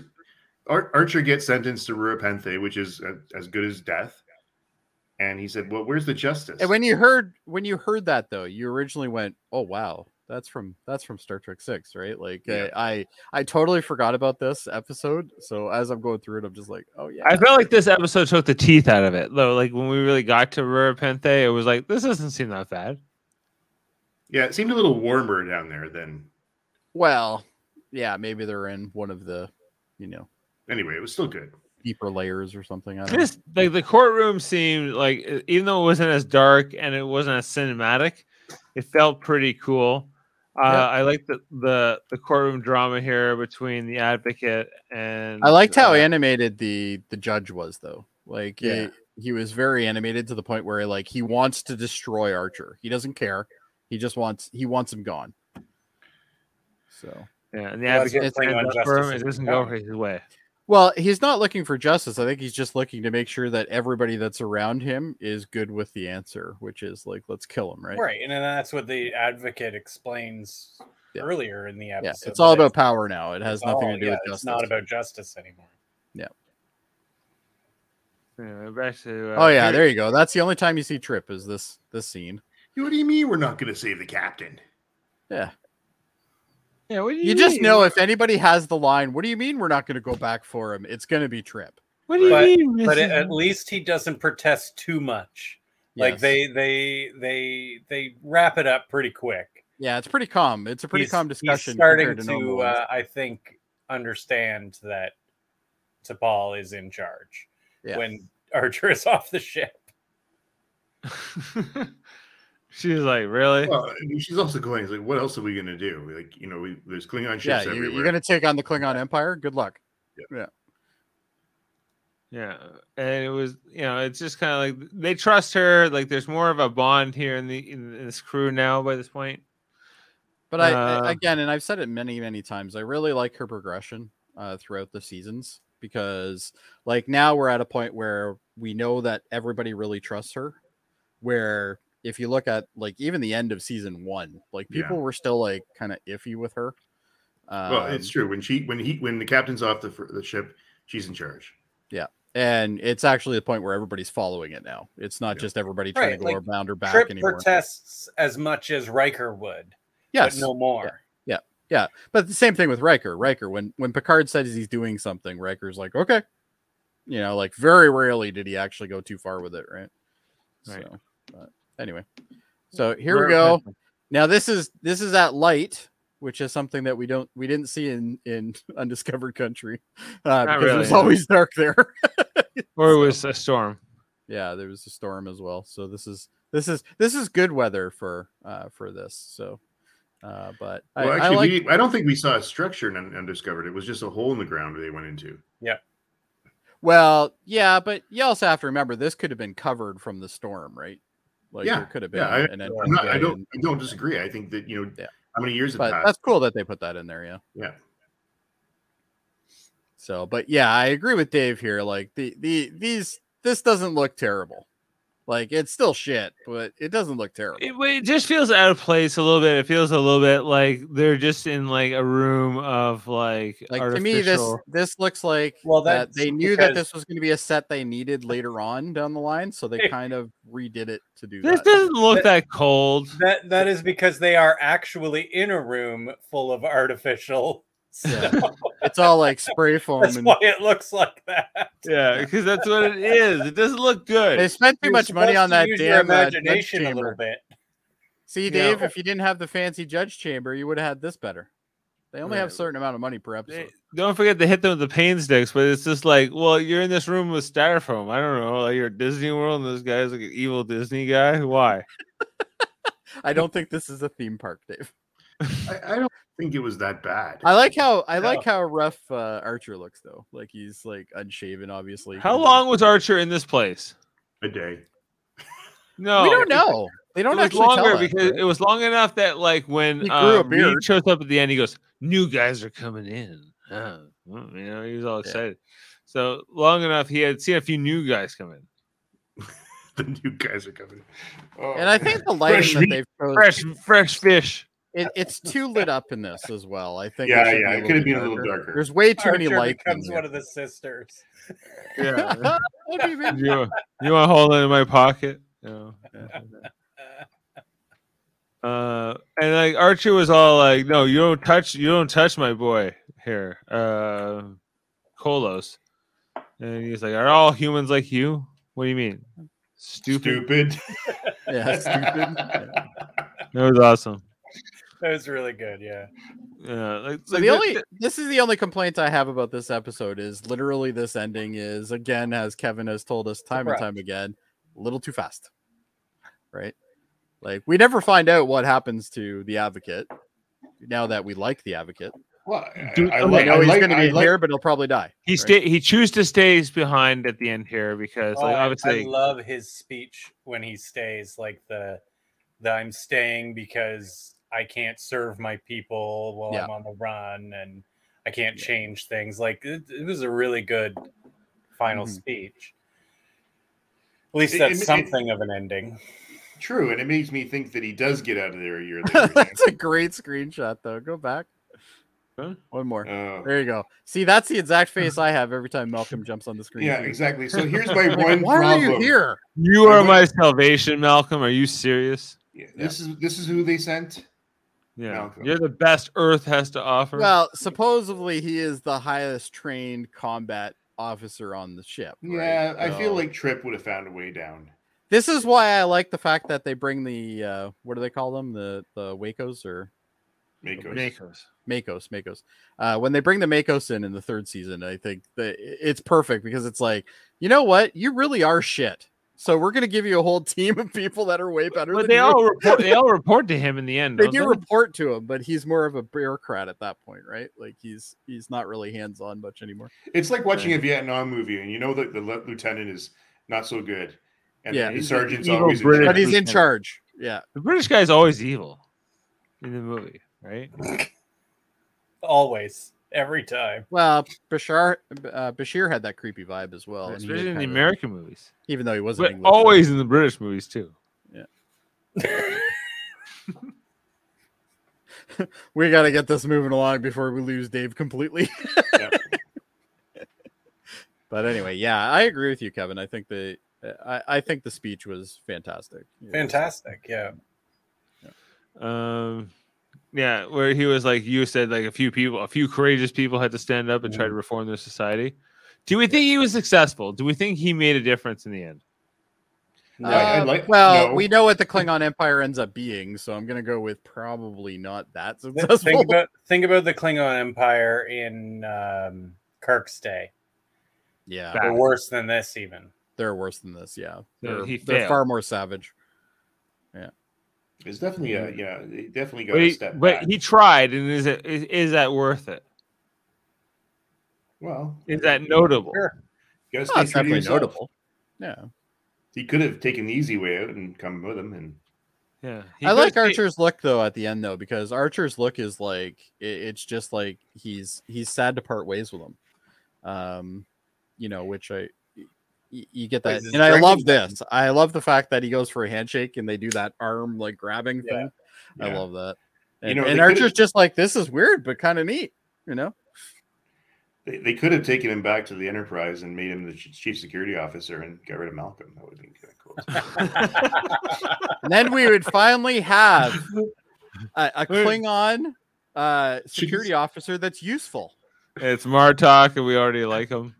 S4: Ar- Archer gets sentenced to Rurapenthe, which is uh, as good as death. And he said, "Well, where's the justice?"
S1: And
S4: *laughs*
S1: when you heard when you heard that though, you originally went, "Oh wow, that's from that's from Star Trek Six, right?" Like eh,
S4: Yeah.
S1: I, I I totally forgot about this episode. So as I'm going through it, I'm just like, "Oh yeah."
S2: I felt like this episode took the teeth out of it, though. Like when we really got to Rurapente, it was like this doesn't seem that bad.
S4: yeah, it seemed a little warmer down there than.
S1: well, yeah, maybe they're in one of the, you know,
S4: Anyway, it was still good.
S1: deeper layers or something. I don't know.
S2: This like the courtroom seemed like e- even though it wasn't as dark and it wasn't as cinematic, it felt pretty cool. Uh, I like the, the the courtroom drama here between the advocate and.
S1: I liked how
S2: uh,
S1: animated the the judge was though. Like
S2: Yeah.
S1: he, he was very animated to the point where like he wants to destroy Archer. He doesn't care. He just wants he wants him gone. So
S2: yeah, and the
S3: Gotta get
S2: advocate
S3: plenty of
S2: stands up for him. It
S3: justice. Oh,
S2: doesn't go his way.
S1: well, he's not looking for justice. I think he's just looking to make sure that everybody that's around him is good with the answer, which is like let's kill him, right?
S3: Right, and then that's what the advocate explains
S1: Yeah.
S3: earlier in the
S1: Yeah.
S3: episode.
S1: It's all
S3: that
S1: about power now. It has
S3: it's
S1: nothing
S3: all-
S1: to do
S3: yeah,
S1: with justice.
S3: It's not about justice anymore.
S2: *laughs* Anyway, back to. Uh,
S1: oh yeah, there you go. That's the only time you see Trip is this this scene.
S4: What do you mean we're not going to save the captain?
S1: Yeah.
S2: Yeah, what do you,
S1: You just
S2: mean?
S1: know if anybody has the line, what do you mean we're not going to go back for him? It's going to be Trip.
S2: What do you
S3: But-
S2: mean?
S3: But
S2: Mrs.
S3: at least he doesn't protest too much. Like
S1: Yes.
S3: they they they they wrap it up pretty quick.
S1: Yeah, it's pretty calm. It's a pretty
S3: He's-
S1: calm
S3: he's
S1: discussion.
S3: starting
S1: compared to normal
S3: to,
S1: ones.
S3: uh, I think, understand that T'Pol is in charge
S1: Yeah.
S3: when *laughs* Archer is off the ship.
S2: *laughs* She's like, really?
S4: Well, I mean, she's also going. It's like, what else are we going to do? Like, you know, we, there's Klingon ships
S1: yeah, you,
S4: everywhere.
S1: you're going to take on the Klingon Empire. Good luck.
S2: Yeah, and it was you know it's just kind of like they trust her. Like there's more of a bond here in the in this crew now by this point.
S1: But I, I-
S2: Uh,
S1: again, and I've said it many, many times, I really like her progression uh, throughout the seasons because, like, now we're at a point where we know that everybody really trusts her. Where if you look at like even the end of season one, like
S4: Yeah.
S1: people were still like kind of iffy with her. Um,
S4: well, it's true. When she, when he, when the captain's off the, fr- the ship, she's in charge.
S1: and it's actually the point where everybody's following it now. It's not
S4: Yeah.
S1: just everybody trying
S3: Right,
S1: to go
S3: like,
S1: around her back
S3: Trip
S1: anymore.
S3: protests as much as Riker would,
S1: yes,
S3: but no more.
S1: But the same thing with Riker. Riker, when when Picard says he's doing something, Riker's like, okay, you know, like very rarely did he actually go too far with it, right?
S2: Right.
S1: So, but anyway, so here we
S2: Where-
S1: go. Now this is this is at light, which is something that we don't we didn't see in in *laughs* Undiscovered Country uh, because it
S2: really,
S1: was
S2: no.
S1: always dark there.
S2: Or it was a storm.
S1: yeah, there was a storm as well. So this is this is this is good weather for uh for this. So, uh, but
S4: Well,
S1: I,
S4: actually,
S1: I like
S4: we, I don't think we saw a structure in undiscovered. It was just a hole in the ground they went into.
S1: Well, yeah, but you also have to remember this could have been covered from the storm, right? Like
S4: Yeah,
S1: there could have been
S4: yeah, I-
S1: an entrance
S4: I'm not, I
S1: way
S4: don't,
S1: and-
S4: I don't disagree. I think that you know,
S1: Yeah.
S4: how many years have
S1: but
S4: passed.
S1: that's cool that they put that in there, yeah.
S4: Yeah.
S1: So, but yeah, I agree with Dave here. Like the the these this doesn't look terrible. Like it's still shit, but it doesn't look terrible.
S2: It, it just feels out of place a little bit. It feels a little bit like they're just in like a room of like,
S1: like
S2: artificial.
S1: to me, this this looks like
S3: Well,
S1: that
S3: that's
S1: they knew that
S3: because-
S1: this was going to be a set they
S3: *laughs*
S1: needed later on down the line, so they kind of redid it to do
S2: This
S1: that.
S2: doesn't look that cold.
S3: That that is because they are actually in a room full of artificial.
S1: Yeah.
S3: *laughs* stuff.
S1: It's all like spray foam
S3: That's
S1: and
S3: why it looks like that.
S2: Yeah, because that's what it is. It doesn't look good.
S1: They spent too
S3: You're
S1: much money
S3: supposed
S1: on
S3: to
S1: that
S3: use your
S1: damn uh, judge
S3: imagination a little
S1: chamber.
S3: bit.
S1: See, Dave, if you didn't have the fancy judge chamber, you would have had this better. They only have a
S2: Right.
S1: certain amount of money per
S2: They-
S3: *laughs*
S1: episode.
S2: don't forget to hit them with the pain sticks, but it's just like, well, you're in this room with styrofoam. I don't know, like you're at Disney World, and this guy's like an evil Disney guy. Why?
S1: I don't think this is a theme park,
S3: *laughs*
S1: Dave.
S4: I, I don't think it was that bad.
S1: I like how I
S3: No.
S1: like how rough uh, Archer looks though. Like he's like unshaven, obviously.
S2: How
S1: He's-
S2: long was Archer in this place?
S4: a day. *laughs*
S2: No,
S1: we don't know. They
S2: It
S1: don't
S2: was
S1: actually
S2: longer
S1: tell us,
S2: because
S1: right?
S2: it was long enough that like when
S1: He grew a
S2: um, Reed
S1: beard.
S2: shows up at the end, he goes, "New guys are coming in." Oh, well, you know, he was all
S1: Yeah.
S2: excited. So long enough, he had seen a few new guys come in.
S4: The new guys are coming. Oh.
S1: and
S4: *laughs*
S1: I think the lighting
S4: Fresh
S1: that
S4: meat.
S1: they've chosen, *laughs*
S2: Fresh, fresh fish.
S1: it, it's too lit up in this as well. I think.
S4: Yeah,
S1: should be
S4: yeah, it
S1: a little
S4: could have
S1: bit
S4: been a little darker.
S1: There's way too many
S3: Archer
S1: lights. in
S3: becomes
S1: there.
S3: one of the sisters.
S2: Yeah,
S1: *laughs* what do you
S2: *laughs*
S1: mean?
S2: you, you want to hold it in my pocket? No.
S3: Uh,
S2: Uh, and like Archer was all like, "No, you don't touch, you don't touch my boy here, uh, Kolos." And he's like, "Are all humans like you? What do you mean, stupid?"
S4: Stupid.
S1: Yeah, stupid.
S4: *laughs*
S1: Yeah.
S2: That was awesome.
S3: that was really good. Yeah.
S2: Yeah, like,
S1: So
S2: like
S1: the
S2: that-
S1: only this is the only complaint I have about this episode is literally this ending is again as Kevin has told us time and
S3: Correct.
S1: time again, a little too fast. Right? Like we never find out what happens to the advocate. now that we like the advocate.
S6: Well, I-
S2: Do-
S6: I,
S2: okay,
S1: I
S6: like,
S1: know
S6: I
S1: he's
S6: like,
S1: going to
S6: I
S1: be
S6: like-
S1: here, but he'll probably die.
S2: He
S1: right?
S2: stay. He choose to stays behind at the end here because,
S3: Oh,
S2: like,
S3: I-
S2: obviously,
S3: I love his speech when he stays, like the the I'm staying because I can't serve my people while
S1: Yeah.
S3: I'm on the run and I can't change things. Like it, it was a really good final
S1: Mhm.
S3: speech. At
S4: Mm-hmm.
S3: least
S4: It-
S3: that's
S4: it- it-
S3: something of an ending.
S4: True, and it makes me think that he does get out of there a year later.
S1: *laughs*
S4: *laughs*
S1: That's a great screenshot, though. Go back.
S2: Huh?
S4: *laughs*
S1: One more.
S4: Oh.
S1: There you go. See, that's the
S4: *laughs*
S1: exact face I have every time Malcolm jumps on the screen.
S4: yeah,
S1: too.
S4: exactly. *laughs* So here's my
S1: Like,
S4: one
S1: Why
S4: problem.
S1: are you here?
S2: you
S4: I
S2: are
S4: would-
S2: my salvation, Malcolm. Are you serious?
S4: Yeah, this is this is who they sent.
S2: Yeah,
S4: Malcolm.
S2: you're the best Earth has to offer.
S1: Well, supposedly he is the highest trained combat officer on the ship. right?
S4: Yeah, I feel
S1: So-
S4: like Trip would have found a way down.
S1: this is why I like the fact that they bring the uh, what do they call them? The the Wakos or
S4: Makos.
S2: Makos.
S1: Makos, Makos. Uh, when they bring the Makos in in the third season, I think that i- it's perfect because it's like, you know what? You really are shit. So we're gonna give you a whole *laughs* team of people that are way better.
S2: But
S1: than
S2: they
S1: you.
S2: all report. They all report to him in the
S1: *laughs*
S2: end.
S1: they
S2: don't
S1: do report to him, but he's more of a bureaucrat at that point, right? Like he's he's not really hands on much anymore.
S4: It's like watching a Vietnam movie, and you know that the le- lieutenant is not so good, and
S1: Yeah,
S4: the
S1: he's
S4: sergeant's
S2: evil
S4: always. in
S2: British-
S4: charge.
S1: But he's in
S2: Lieutenant.
S1: charge. Yeah,
S2: The British guy's always evil in the movie, right?
S3: Always, every time.
S1: Well, Bashar uh, Bashir had that creepy vibe as well, and he
S2: Especially
S1: had
S2: in the
S1: kinda-
S2: American movies,
S1: even though he wasn't
S2: but
S1: English.
S2: always in the British movies too.
S1: we got to get this moving along before we lose Dave completely. *laughs*
S4: Yep.
S1: but anyway, yeah, I agree with you, Kevin. I think the I, I think the speech was fantastic. It was-
S3: Fantastic. Yeah.
S2: Um, yeah, where he was like you said, like a few people, a few courageous people had to stand up and try to reform their society. Do we think he was successful? Do we think he made a difference in the end?
S4: I- I
S1: Uh,
S4: like-
S1: well,
S4: no.
S1: we know what the Klingon Empire ends up being, so I'm going to go with probably not that
S3: Th-
S1: successful.
S3: Think about think about the Klingon Empire in um, Kirk's day.
S1: *laughs* yeah,
S2: Fact.
S3: They're worse than this, even.
S1: they're worse than this. Yeah,
S2: No,
S1: they're,
S2: he
S1: they're
S2: failed.
S1: far more savage.
S4: It's definitely a yeah. It definitely got
S2: But
S4: a
S2: he,
S4: step
S2: but
S4: back.
S2: he tried, and is it is, is that worth it?
S4: well,
S2: Is that notable?
S3: Sure.
S4: you gotta
S1: Not
S4: stay true to
S1: exactly
S4: yourself.
S1: Oh, notable. Yeah,
S4: He could have taken the easy way out and come with him, and
S2: Yeah,
S1: I like
S2: Archer.
S1: Archer's look though at the end though because Archer's look is like i- it's just like he's he's sad to part ways with him, um, you know, which I y- y- you get
S3: Like,
S1: that,
S3: this
S1: and I
S3: dragon
S1: love
S3: button.
S1: this. I love the fact that he goes for a handshake and they do that arm like grabbing
S3: Yeah.
S1: thing. I
S4: Yeah.
S1: love that.
S4: You
S1: And,
S4: know,
S1: and
S4: they could've-
S1: Archer's just like this is weird but kind of neat, you know.
S4: they, they could have taken him back to the Enterprise and made him the ch- chief security officer and got rid of Malcolm. That would have been kind
S1: *laughs*
S4: of cool.
S2: *laughs*
S1: And then we would finally have a,
S4: *laughs*
S1: a Klingon uh, security officer that's useful.
S2: It's Martok, and we already like him.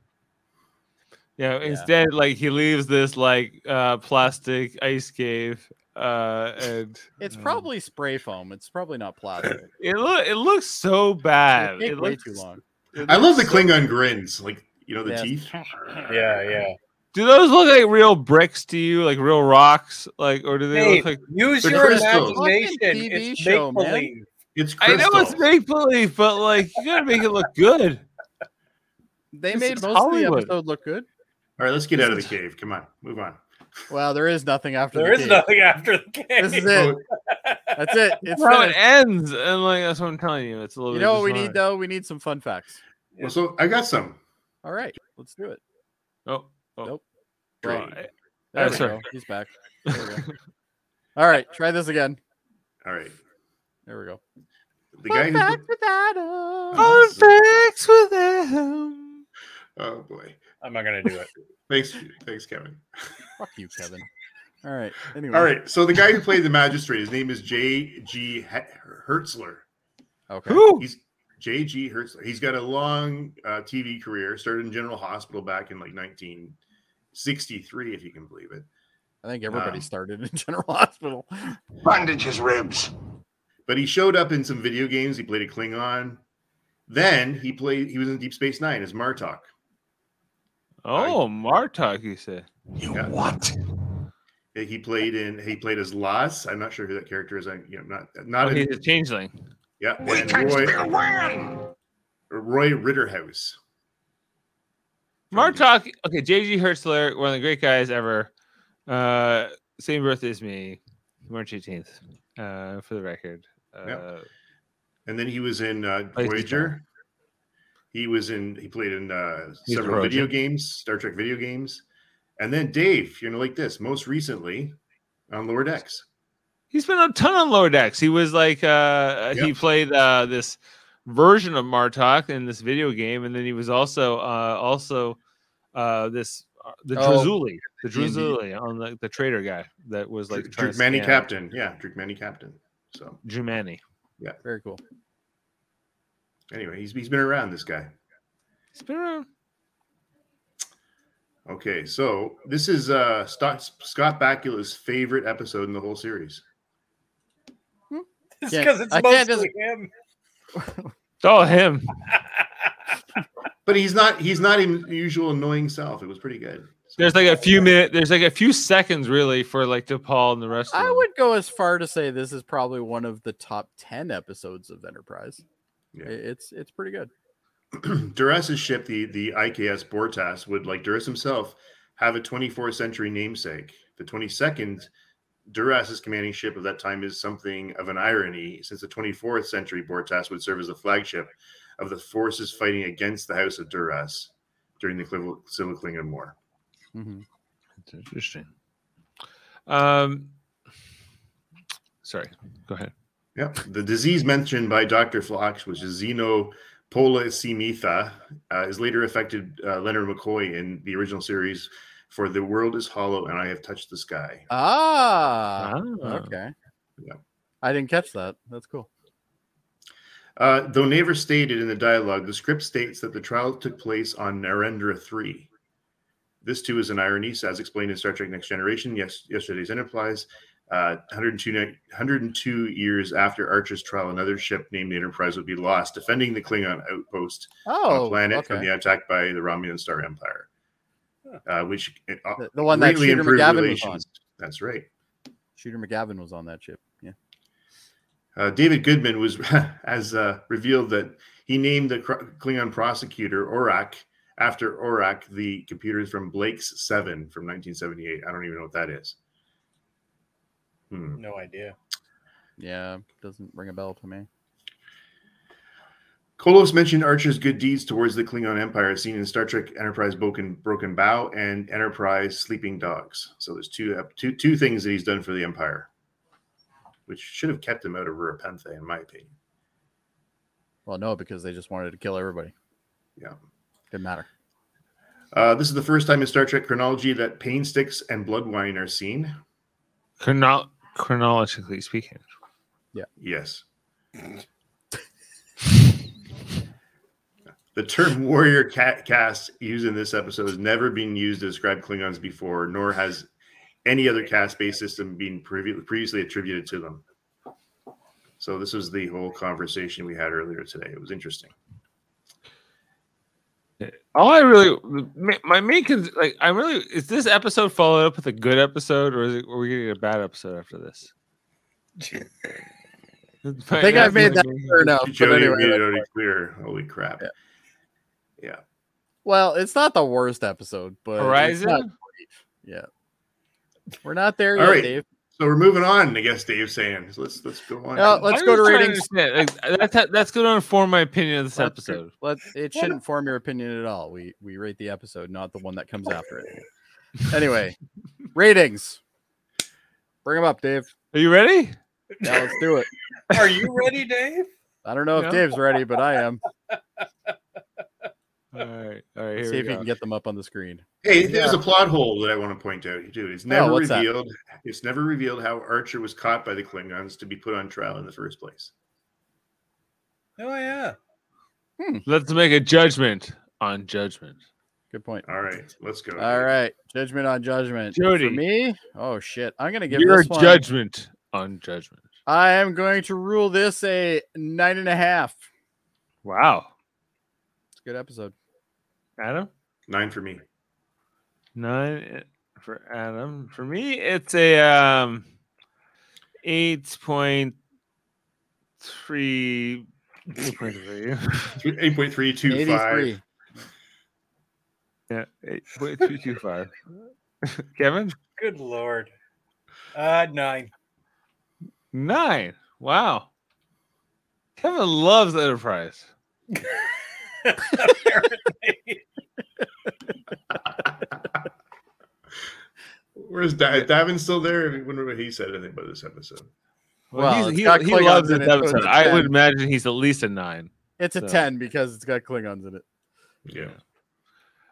S2: Yeah, instead, like he leaves this like uh plastic ice cave. Uh and
S1: It's
S4: Oh.
S2: um,
S1: probably spray foam. It's probably not plastic.
S2: it look it looks so
S1: It
S2: bad.
S1: would
S2: It
S1: take way
S2: looks
S1: too long.
S2: it
S4: I love the
S2: looks so-
S4: Klingon grins, like you know the
S1: Yeah.
S2: *laughs*
S4: teeth.
S3: Yeah, yeah.
S2: Do those look like real bricks to you? Like real rocks? Like or do they
S3: Hey,
S2: look like
S3: Use
S4: They're
S3: your
S4: crystals.
S3: imagination.
S1: Fucking TV
S3: It's
S1: show,
S3: make
S1: man.
S3: believe.
S4: It's
S2: I
S4: crystal.
S2: know it's make believe, but like you gotta make it look good.
S1: They
S2: This
S1: made
S2: is
S1: most of the
S2: Hollywood.
S1: episode look good.
S4: All right, let's get
S2: *laughs*
S4: out of the cave. Come on, move on.
S1: Well, there is nothing after
S3: There
S1: the
S3: is
S1: cave.
S3: nothing after the game.
S1: This is it. That's it. It's
S2: That's how it
S1: finished.
S2: ends. And like that's what I'm telling you. It's a little
S1: You
S2: bit
S1: know what we need
S2: dishonest.
S1: though? We need some fun facts.
S4: Well, so I got some.
S1: All right, let's do it.
S2: Oh, oh.
S1: Nope.
S2: Well,
S4: Great.
S2: I-
S1: There
S2: Uh,
S1: we
S2: sorry.
S1: go. He's back. There we go. All right, try this again.
S4: All right,
S1: There we go.
S4: the guy. Who's,
S2: Oh.
S1: without
S2: Fun facts with him.
S4: oh boy,
S3: *laughs* I'm not gonna do
S1: *laughs*
S3: it.
S4: thanks, thanks, Kevin.
S1: Fuck you, Kevin. All right.
S2: Mm.
S1: Anyway.
S4: All right, so the guy who played the magistrate, his name is J. G. Hertzler.
S1: Okay.
S2: Who?
S4: He's J. G. Hertzler. He's got a long uh, TV career. Started in General Hospital back in like 1963, if you can believe it.
S1: I think everybody
S4: Um,
S1: started in *laughs* General Hospital.
S5: Bandage his ribs.
S4: But he showed up in some video games. He played a Klingon. Then he played. He was in Deep Space Nine as Martok.
S2: Oh, Martok, you said.
S5: You
S4: Yeah.
S5: what?
S4: Yeah, He played in. He played as Las. I'm not sure who that character is. I, you know, not
S2: Oh,
S4: not. in-
S2: he's a changeling.
S4: Yeah,
S5: We
S4: and
S5: can
S4: Roy
S5: still win.
S4: Roy Ritterhouse.
S2: Martok, okay, JG Hertzler, one of the great guys ever. Uh, same birthday as me, March 18th, uh, for the record. Uh,
S4: Yeah. and then he was in uh,
S2: Plays
S4: Voyager. He was in. He played in uh,
S2: He's
S4: several
S2: Roger.
S4: video games, Star Trek video games, and then Dave. You're gonna like this. Most recently, on Lower Decks.
S2: He's been a ton on lower decks. He was like, uh, he played uh, this version of Martok in this video game, and then he was also uh, also uh, this uh, the
S1: Oh,
S2: Drazuli, the
S1: D&D.
S2: Drazuli on the, the trader guy that was like
S4: Like
S2: trying to
S4: Manny
S2: scam
S4: Captain. Yeah, Druk Manny Captain. So
S2: Jumani.
S1: Very cool.
S4: anyway, he's, he's been around this guy.
S2: He's been around.
S4: Okay, so this is uh, Scott, Scott Bakula's favorite episode in the whole series.
S3: It's
S1: Can't-
S3: because it's
S1: I
S3: mostly
S1: can't
S3: him.
S2: It's all Oh, him.
S4: But he's not he's not his usual annoying self. It was pretty good. So-
S2: There's like a few minute. There's like a few seconds really for like DePaul and the rest. Of
S1: I
S2: them.
S1: would go as far to say this is probably one of the top ten episodes of Enterprise.
S4: Yeah.
S1: I- It's it's pretty
S4: *clears throat*
S1: good.
S4: Duress's ship, the the IKS Bortas, would like Duress himself have a 24th century namesake. The 22nd Duress's commanding ship of that time is something of an irony, since the 24th century Bortas would serve as the flagship of the forces fighting against the House of Duress during the Cliv- Civil Klingon War.
S1: Mhm.
S2: That's interesting. Um, sorry. Go ahead.
S4: Yep. The disease mentioned by Dr. Flox, which is xenopolacymetha, uh, is later affected uh, Leonard McCoy in the original series for The World is Hollow and I Have Touched the Sky.
S1: Ah,
S2: Ah.
S1: okay.
S4: Yeah.
S1: I didn't catch that. That's cool.
S4: Uh, though never stated in the dialogue, the script states that the trial took place on Narendra 3. This too is an irony, so as explained in Star Trek Next Generation, yes, yesterday's Enterprise, uh, 102, ni- 102 years after Archer's trial, another ship named the Enterprise would be lost, defending the Klingon outpost on
S1: Oh,
S4: a planet
S1: okay.
S4: from the attack by the Romulan Star Empire, uh, which uh,
S1: the, the one that
S4: greatly
S1: Shooter
S4: improved
S1: McGavin was on.
S4: relations. That's right.
S1: Shooter McGavin was on that ship. Yeah.
S4: Uh, David Goodman was *laughs* has uh, revealed that he named the cr- Klingon prosecutor Orak after Orak, the computers from Blake's Seven from 1978. I don't even know what that is. Hmm.
S3: No idea.
S1: Yeah. Doesn't ring a bell to me.
S4: Kolos mentioned Archer's good deeds towards the Klingon Empire, seen in Star Trek Enterprise Broken, Broken Bow and Enterprise Sleeping Dogs. So there's two, ep- two, two things that he's done for the Empire, which should have kept him out of Rurapenthe, in my opinion.
S1: Well, no, because they just wanted to kill everybody.
S4: Yeah.
S1: Didn't matter.
S4: Uh, this is the first time in Star Trek chronology that pain sticks and blood wine are seen.
S2: Chrono- chronologically speaking,
S1: *laughs*
S4: Yes. the term warrior cat cast used in this episode has never been used to describe Klingons before, nor has any other caste based system been previ- previously attributed to them. So, this was the whole conversation we had earlier today. It was interesting.
S2: all I really ma- my main cons- like I really is this episode followed up with a good episode or is it, are we getting a bad episode after *laughs* this?
S1: I think I've made that clear enough. Uh, But
S4: Jody made it
S1: anyway,
S4: already clear. Holy crap.
S1: Yeah. well, it's not the worst episode, but it's not-
S2: Horizon.
S1: we're not there
S4: All
S1: yet,
S4: right.
S1: Dave.
S4: So, we're moving on, I guess, Dave's saying. So let's, let's go on.
S1: Now,
S4: to-
S1: let's
S2: I'm
S1: go to
S2: just trying
S1: ratings.
S2: understand, like, that's how- that's going to inform my opinion of this
S1: Let's-
S2: episode.
S1: Let it shouldn't form your opinion at all. We we rate the episode, not the one that
S2: Oh.
S1: comes after it.
S2: *laughs*
S1: Anyway, ratings. Bring them up, Dave.
S2: Are you ready?
S1: Now let's do it.
S3: Are you ready, Dave?
S1: I don't know if
S2: Yeah.
S1: Dave's ready, but I am.
S2: All right, all right. Here
S1: See
S2: we
S1: if you
S2: go.
S1: can get them up on the screen.
S4: Hey, there's a plot hole that I want to point out, dude. It's never
S1: what's that?
S4: revealed. It's never revealed how Archer was caught by the Klingons to be put on trial in the first place.
S3: Oh yeah.
S2: Let's make a judgment on judgment.
S1: Good point.
S4: All right, let's go.
S1: All right, judgment on judgment.
S2: Jody.
S1: For me, oh shit, I'm gonna give
S2: Your
S1: this one.
S2: judgment on judgment.
S1: I am going to rule this a nine and a half.
S2: Wow,
S1: It's a good episode.
S2: Adam.
S4: Nine for me.
S2: Nine i- for Adam. For me, it's a um eight point three. blueprint of it,
S4: Eight point three two five.
S1: 83.
S2: *laughs* yeah, eight point three two five. *laughs* Kevin
S3: Good lord. Uh, nine.
S2: nine. Wow. Kevin loves Enterprise.
S3: *laughs* Apparently.
S4: Where's da- is Davin still there? I wonder what he said anything about this episode.
S1: Well,
S2: Well,
S1: it's
S2: he's,
S1: got
S2: he, he
S1: Klingons
S2: loves
S1: in it,
S2: it.
S1: so it's a
S2: I would
S1: 10.
S2: imagine he's at least a nine.
S1: It's a
S2: So-
S1: 10 because it's got Klingons in it.
S4: Yeah.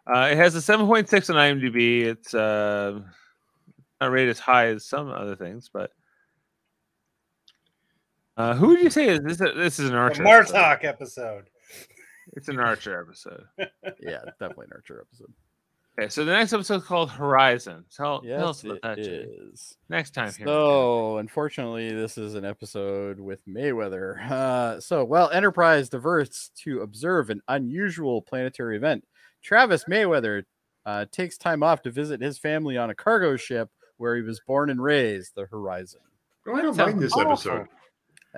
S2: Uh, it has a 7.6 on IMDb. It's uh, not rated as high as some other things, but uh, who would you say is this? This is an
S3: The
S2: Archer. episode.
S3: Martok episode.
S2: It's an Archer episode.
S1: Yeah, it's definitely an Archer episode.
S2: Okay, so the next episode is called Horizon. Tell, tell us
S1: Yes,
S2: about
S1: it
S2: that Jay.
S1: is.
S2: next time. Here,
S1: So, unfortunately, this is an episode with Mayweather. Uh, so, while Enterprise diverts to observe an unusual planetary event, Travis Mayweather uh, takes time off to visit his family on a cargo ship where he was born and raised, the Horizon.
S4: Oh, I don't
S2: That
S4: like this
S2: sounds
S4: episode.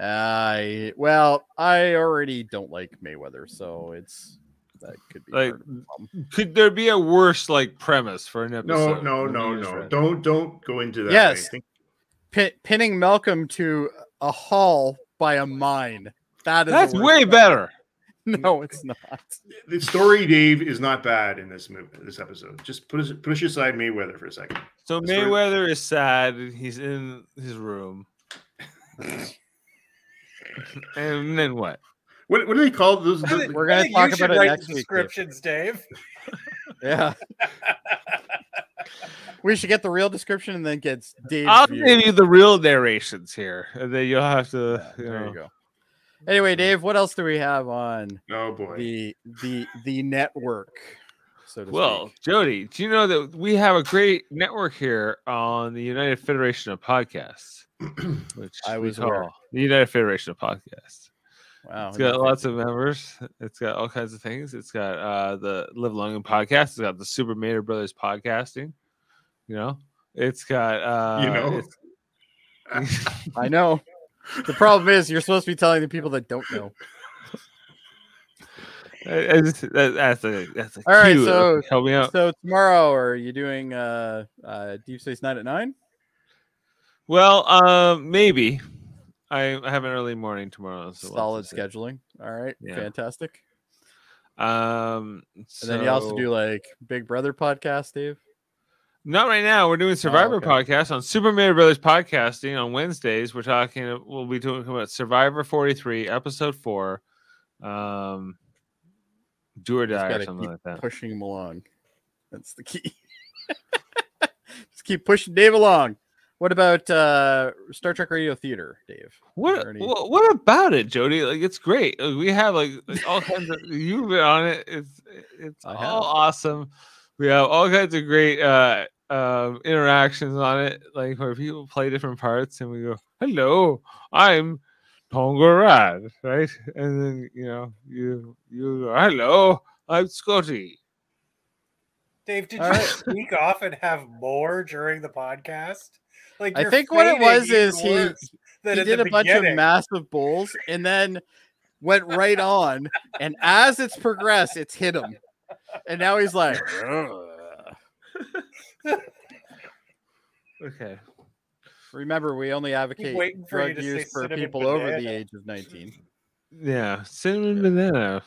S1: I well, I already don't like Mayweather, so it's that could be
S2: Like-
S1: part of the problem.
S2: could there be a worse like premise for an
S4: No,
S2: episode?
S4: no,
S2: Let me
S4: no,
S2: use
S4: no.
S2: that.
S4: Don't don't go into that.
S1: Yes.
S4: I think
S1: Pin, pinning Malcolm to a hall by a mine. That is the
S2: That's
S1: worst
S2: way
S1: part.
S2: better.
S1: No, it's not.
S4: the story, Dave, is not bad in this movie. This episode, just push push aside Mayweather for a second.
S2: So
S4: That's right.
S2: Mayweather is sad. and He's in his room. and then what?
S4: What what do they call those?
S3: I
S1: *laughs*
S3: think-
S1: We're
S3: I
S1: gonna
S3: think
S1: talk
S3: you should
S1: about it
S3: write
S1: next
S3: the
S1: week, Dave.
S3: descriptions, Dave.
S2: *laughs*
S1: Yeah, we should get the real description and then get Dave's
S2: I'll
S1: view.
S2: give you the real narrations here, and then you'll have to.
S1: Yeah,
S2: you
S1: there you
S2: know.
S1: go. Anyway, Dave, what else do we have on
S4: oh boy.
S1: the the the network? So to
S2: Well,
S1: speak?
S2: Jody, do you know that we have a great network here on the United Federation
S1: *clears throat*
S2: of Podcasts, which
S1: I
S2: we
S1: was
S2: call
S1: aware.
S2: the United Federation of Podcasts.
S1: wow,
S2: It's got lots of members. It's got all kinds of things. It's got uh the Live Long and podcast. It's got the Super Mater Brothers podcasting. You know, it's got uh,
S4: *laughs* You know?
S2: *laughs* it's-
S1: I know. The problem is you're supposed to be telling the people that don't know.
S2: I- I just- uh, that- that's a that's a
S1: All right,
S2: cue.
S1: so-
S2: help me out.
S1: So tomorrow, are you doing uh, uh, Deep Space Nine at nine?
S2: well, um, maybe I, I have an early morning tomorrow. So we'll have to
S1: Solid
S2: see.
S1: scheduling. All right,
S2: Yeah.
S1: fantastic.
S2: Um, so,
S1: And then you also do like Big Brother podcast, Dave.
S2: Not right now. We're doing Survivor
S1: Oh, okay.
S2: podcast on Super Mario Brothers podcasting on Wednesdays. We're talking. We'll be doing about Survivor 43, episode four. Um, do or
S1: Just
S2: die or
S1: gotta
S2: something
S1: keep
S2: like that.
S1: Pushing him along. That's the key. *laughs* Just keep pushing Dave along. What about uh, Star Trek Radio Theater, Dave?
S2: What,
S1: already-
S2: what what about it, Jody? Like it's great. Like, we have like, like, all kinds of you've been on it. It's it's
S1: I
S2: all
S1: have.
S2: awesome. We have all kinds of great uh um interactions on it, like where people play different parts and we go, Hello, I'm Tongorad, right? And then you know, you you go, Hello, I'm Scotty.
S3: Dave, did
S1: All
S3: you
S1: right.
S3: sneak off and have more during the podcast? Like
S1: I
S3: you're
S1: think what it
S3: fading
S1: was
S3: even
S1: is he-
S3: worse than
S1: he
S3: at
S1: did
S3: the
S1: a bunch of
S3: beginning.
S1: massive bowls and then went right on. And as it's progressed, it's hit him. And now he's like, "Ugh."
S2: Okay.
S1: remember, we only advocate
S3: waiting for you
S1: drug
S3: to say
S1: use for
S3: cinnamon
S1: people over the
S3: banana.
S1: age of 19.
S2: Yeah,
S1: *laughs*
S2: cinnamon banana.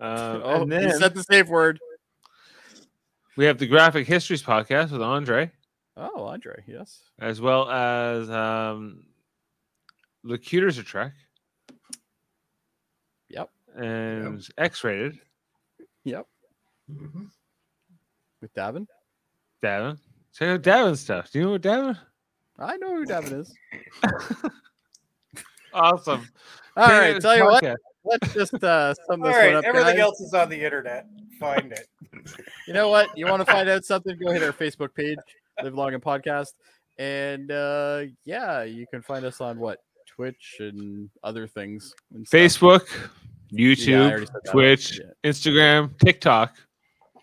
S2: Um,
S1: oh,
S2: and
S1: he
S2: then
S1: said the safe word.
S2: we have the graphic histories podcast with Andre.
S1: Oh, Andre, yes.
S2: as well as um Locutors a track.
S1: Yep.
S2: And X rated,
S4: Mhm.
S1: With Davin.
S2: Davin. Check out Davin stuff. Do you know what Davin?
S1: I know who Davin
S2: *laughs*
S1: is.
S2: Awesome.
S1: All
S2: Check out
S1: right,
S2: his
S1: tell you what,
S2: podcast.
S1: let's just uh, sum
S3: All
S1: this
S3: right,
S1: one up.
S3: everything
S1: guys.
S3: else is on the internet. Find it.
S1: You know what? You want to find out something? Go hit our Facebook page, Live Long and Podcast. And uh, yeah, you can find us on what? Twitch and other things. and stuff.
S2: Facebook,
S1: Yeah, I
S2: YouTube,
S1: already said that.
S2: Twitch, Oh,
S1: Yeah.
S2: Instagram, TikTok.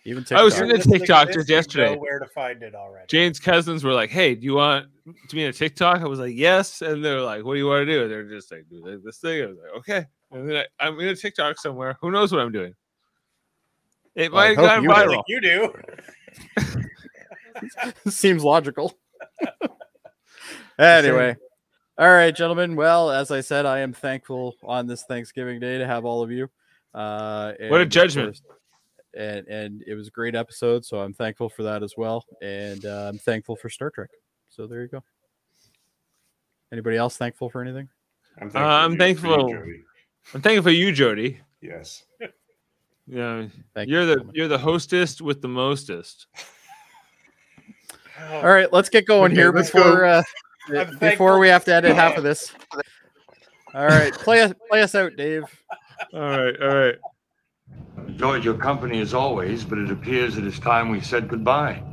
S1: Even
S2: I was
S1: TikTok.
S2: in the
S3: Listening to
S2: TikTok
S3: this,
S2: just
S3: you know
S2: yesterday.
S3: where to find it already?
S2: Jane's cousins were like, "Hey, do you want to be in a TikTok?" I was like, "Yes," and they're like, "What do you want to do?" And they're just like, "Do thi- this thing." I was like, "Okay," and then I, I'm in a TikTok somewhere. Who knows what I'm doing? It
S1: Well, I
S2: might have
S1: hope
S2: gone
S1: you
S3: I
S1: don't.
S2: viral.
S3: think you
S1: *laughs*
S3: do.
S1: Seems logical. anyway. All right, gentlemen. Well, as I said, I am thankful on this Thanksgiving day to have all of you. Uh,
S2: What a
S1: and of
S2: judgment.
S1: course- And and it was a great episode, so I'm thankful for that as well. And uh, I'm thankful for Star Trek. So there you go. Anybody else thankful for anything?
S4: I'm
S2: Uh, I'm
S4: you-
S2: thankful.
S4: you, Joey.
S2: I'm thankful for you, Jody.
S4: Yes.
S2: You know,
S1: Thank
S2: you're the
S1: gentlemen.
S2: you're the hostest with the mostest.
S3: Oh,
S1: All right, let's get going
S4: Okay,
S1: here
S4: let's
S1: before
S4: go.
S1: uh,
S3: I'm
S1: before
S3: thankful-
S1: we have to edit half of this. All right, play us play us out, Dave.
S2: All right, all right.
S6: Enjoyed your company as always, but it appears it is time we said goodbye.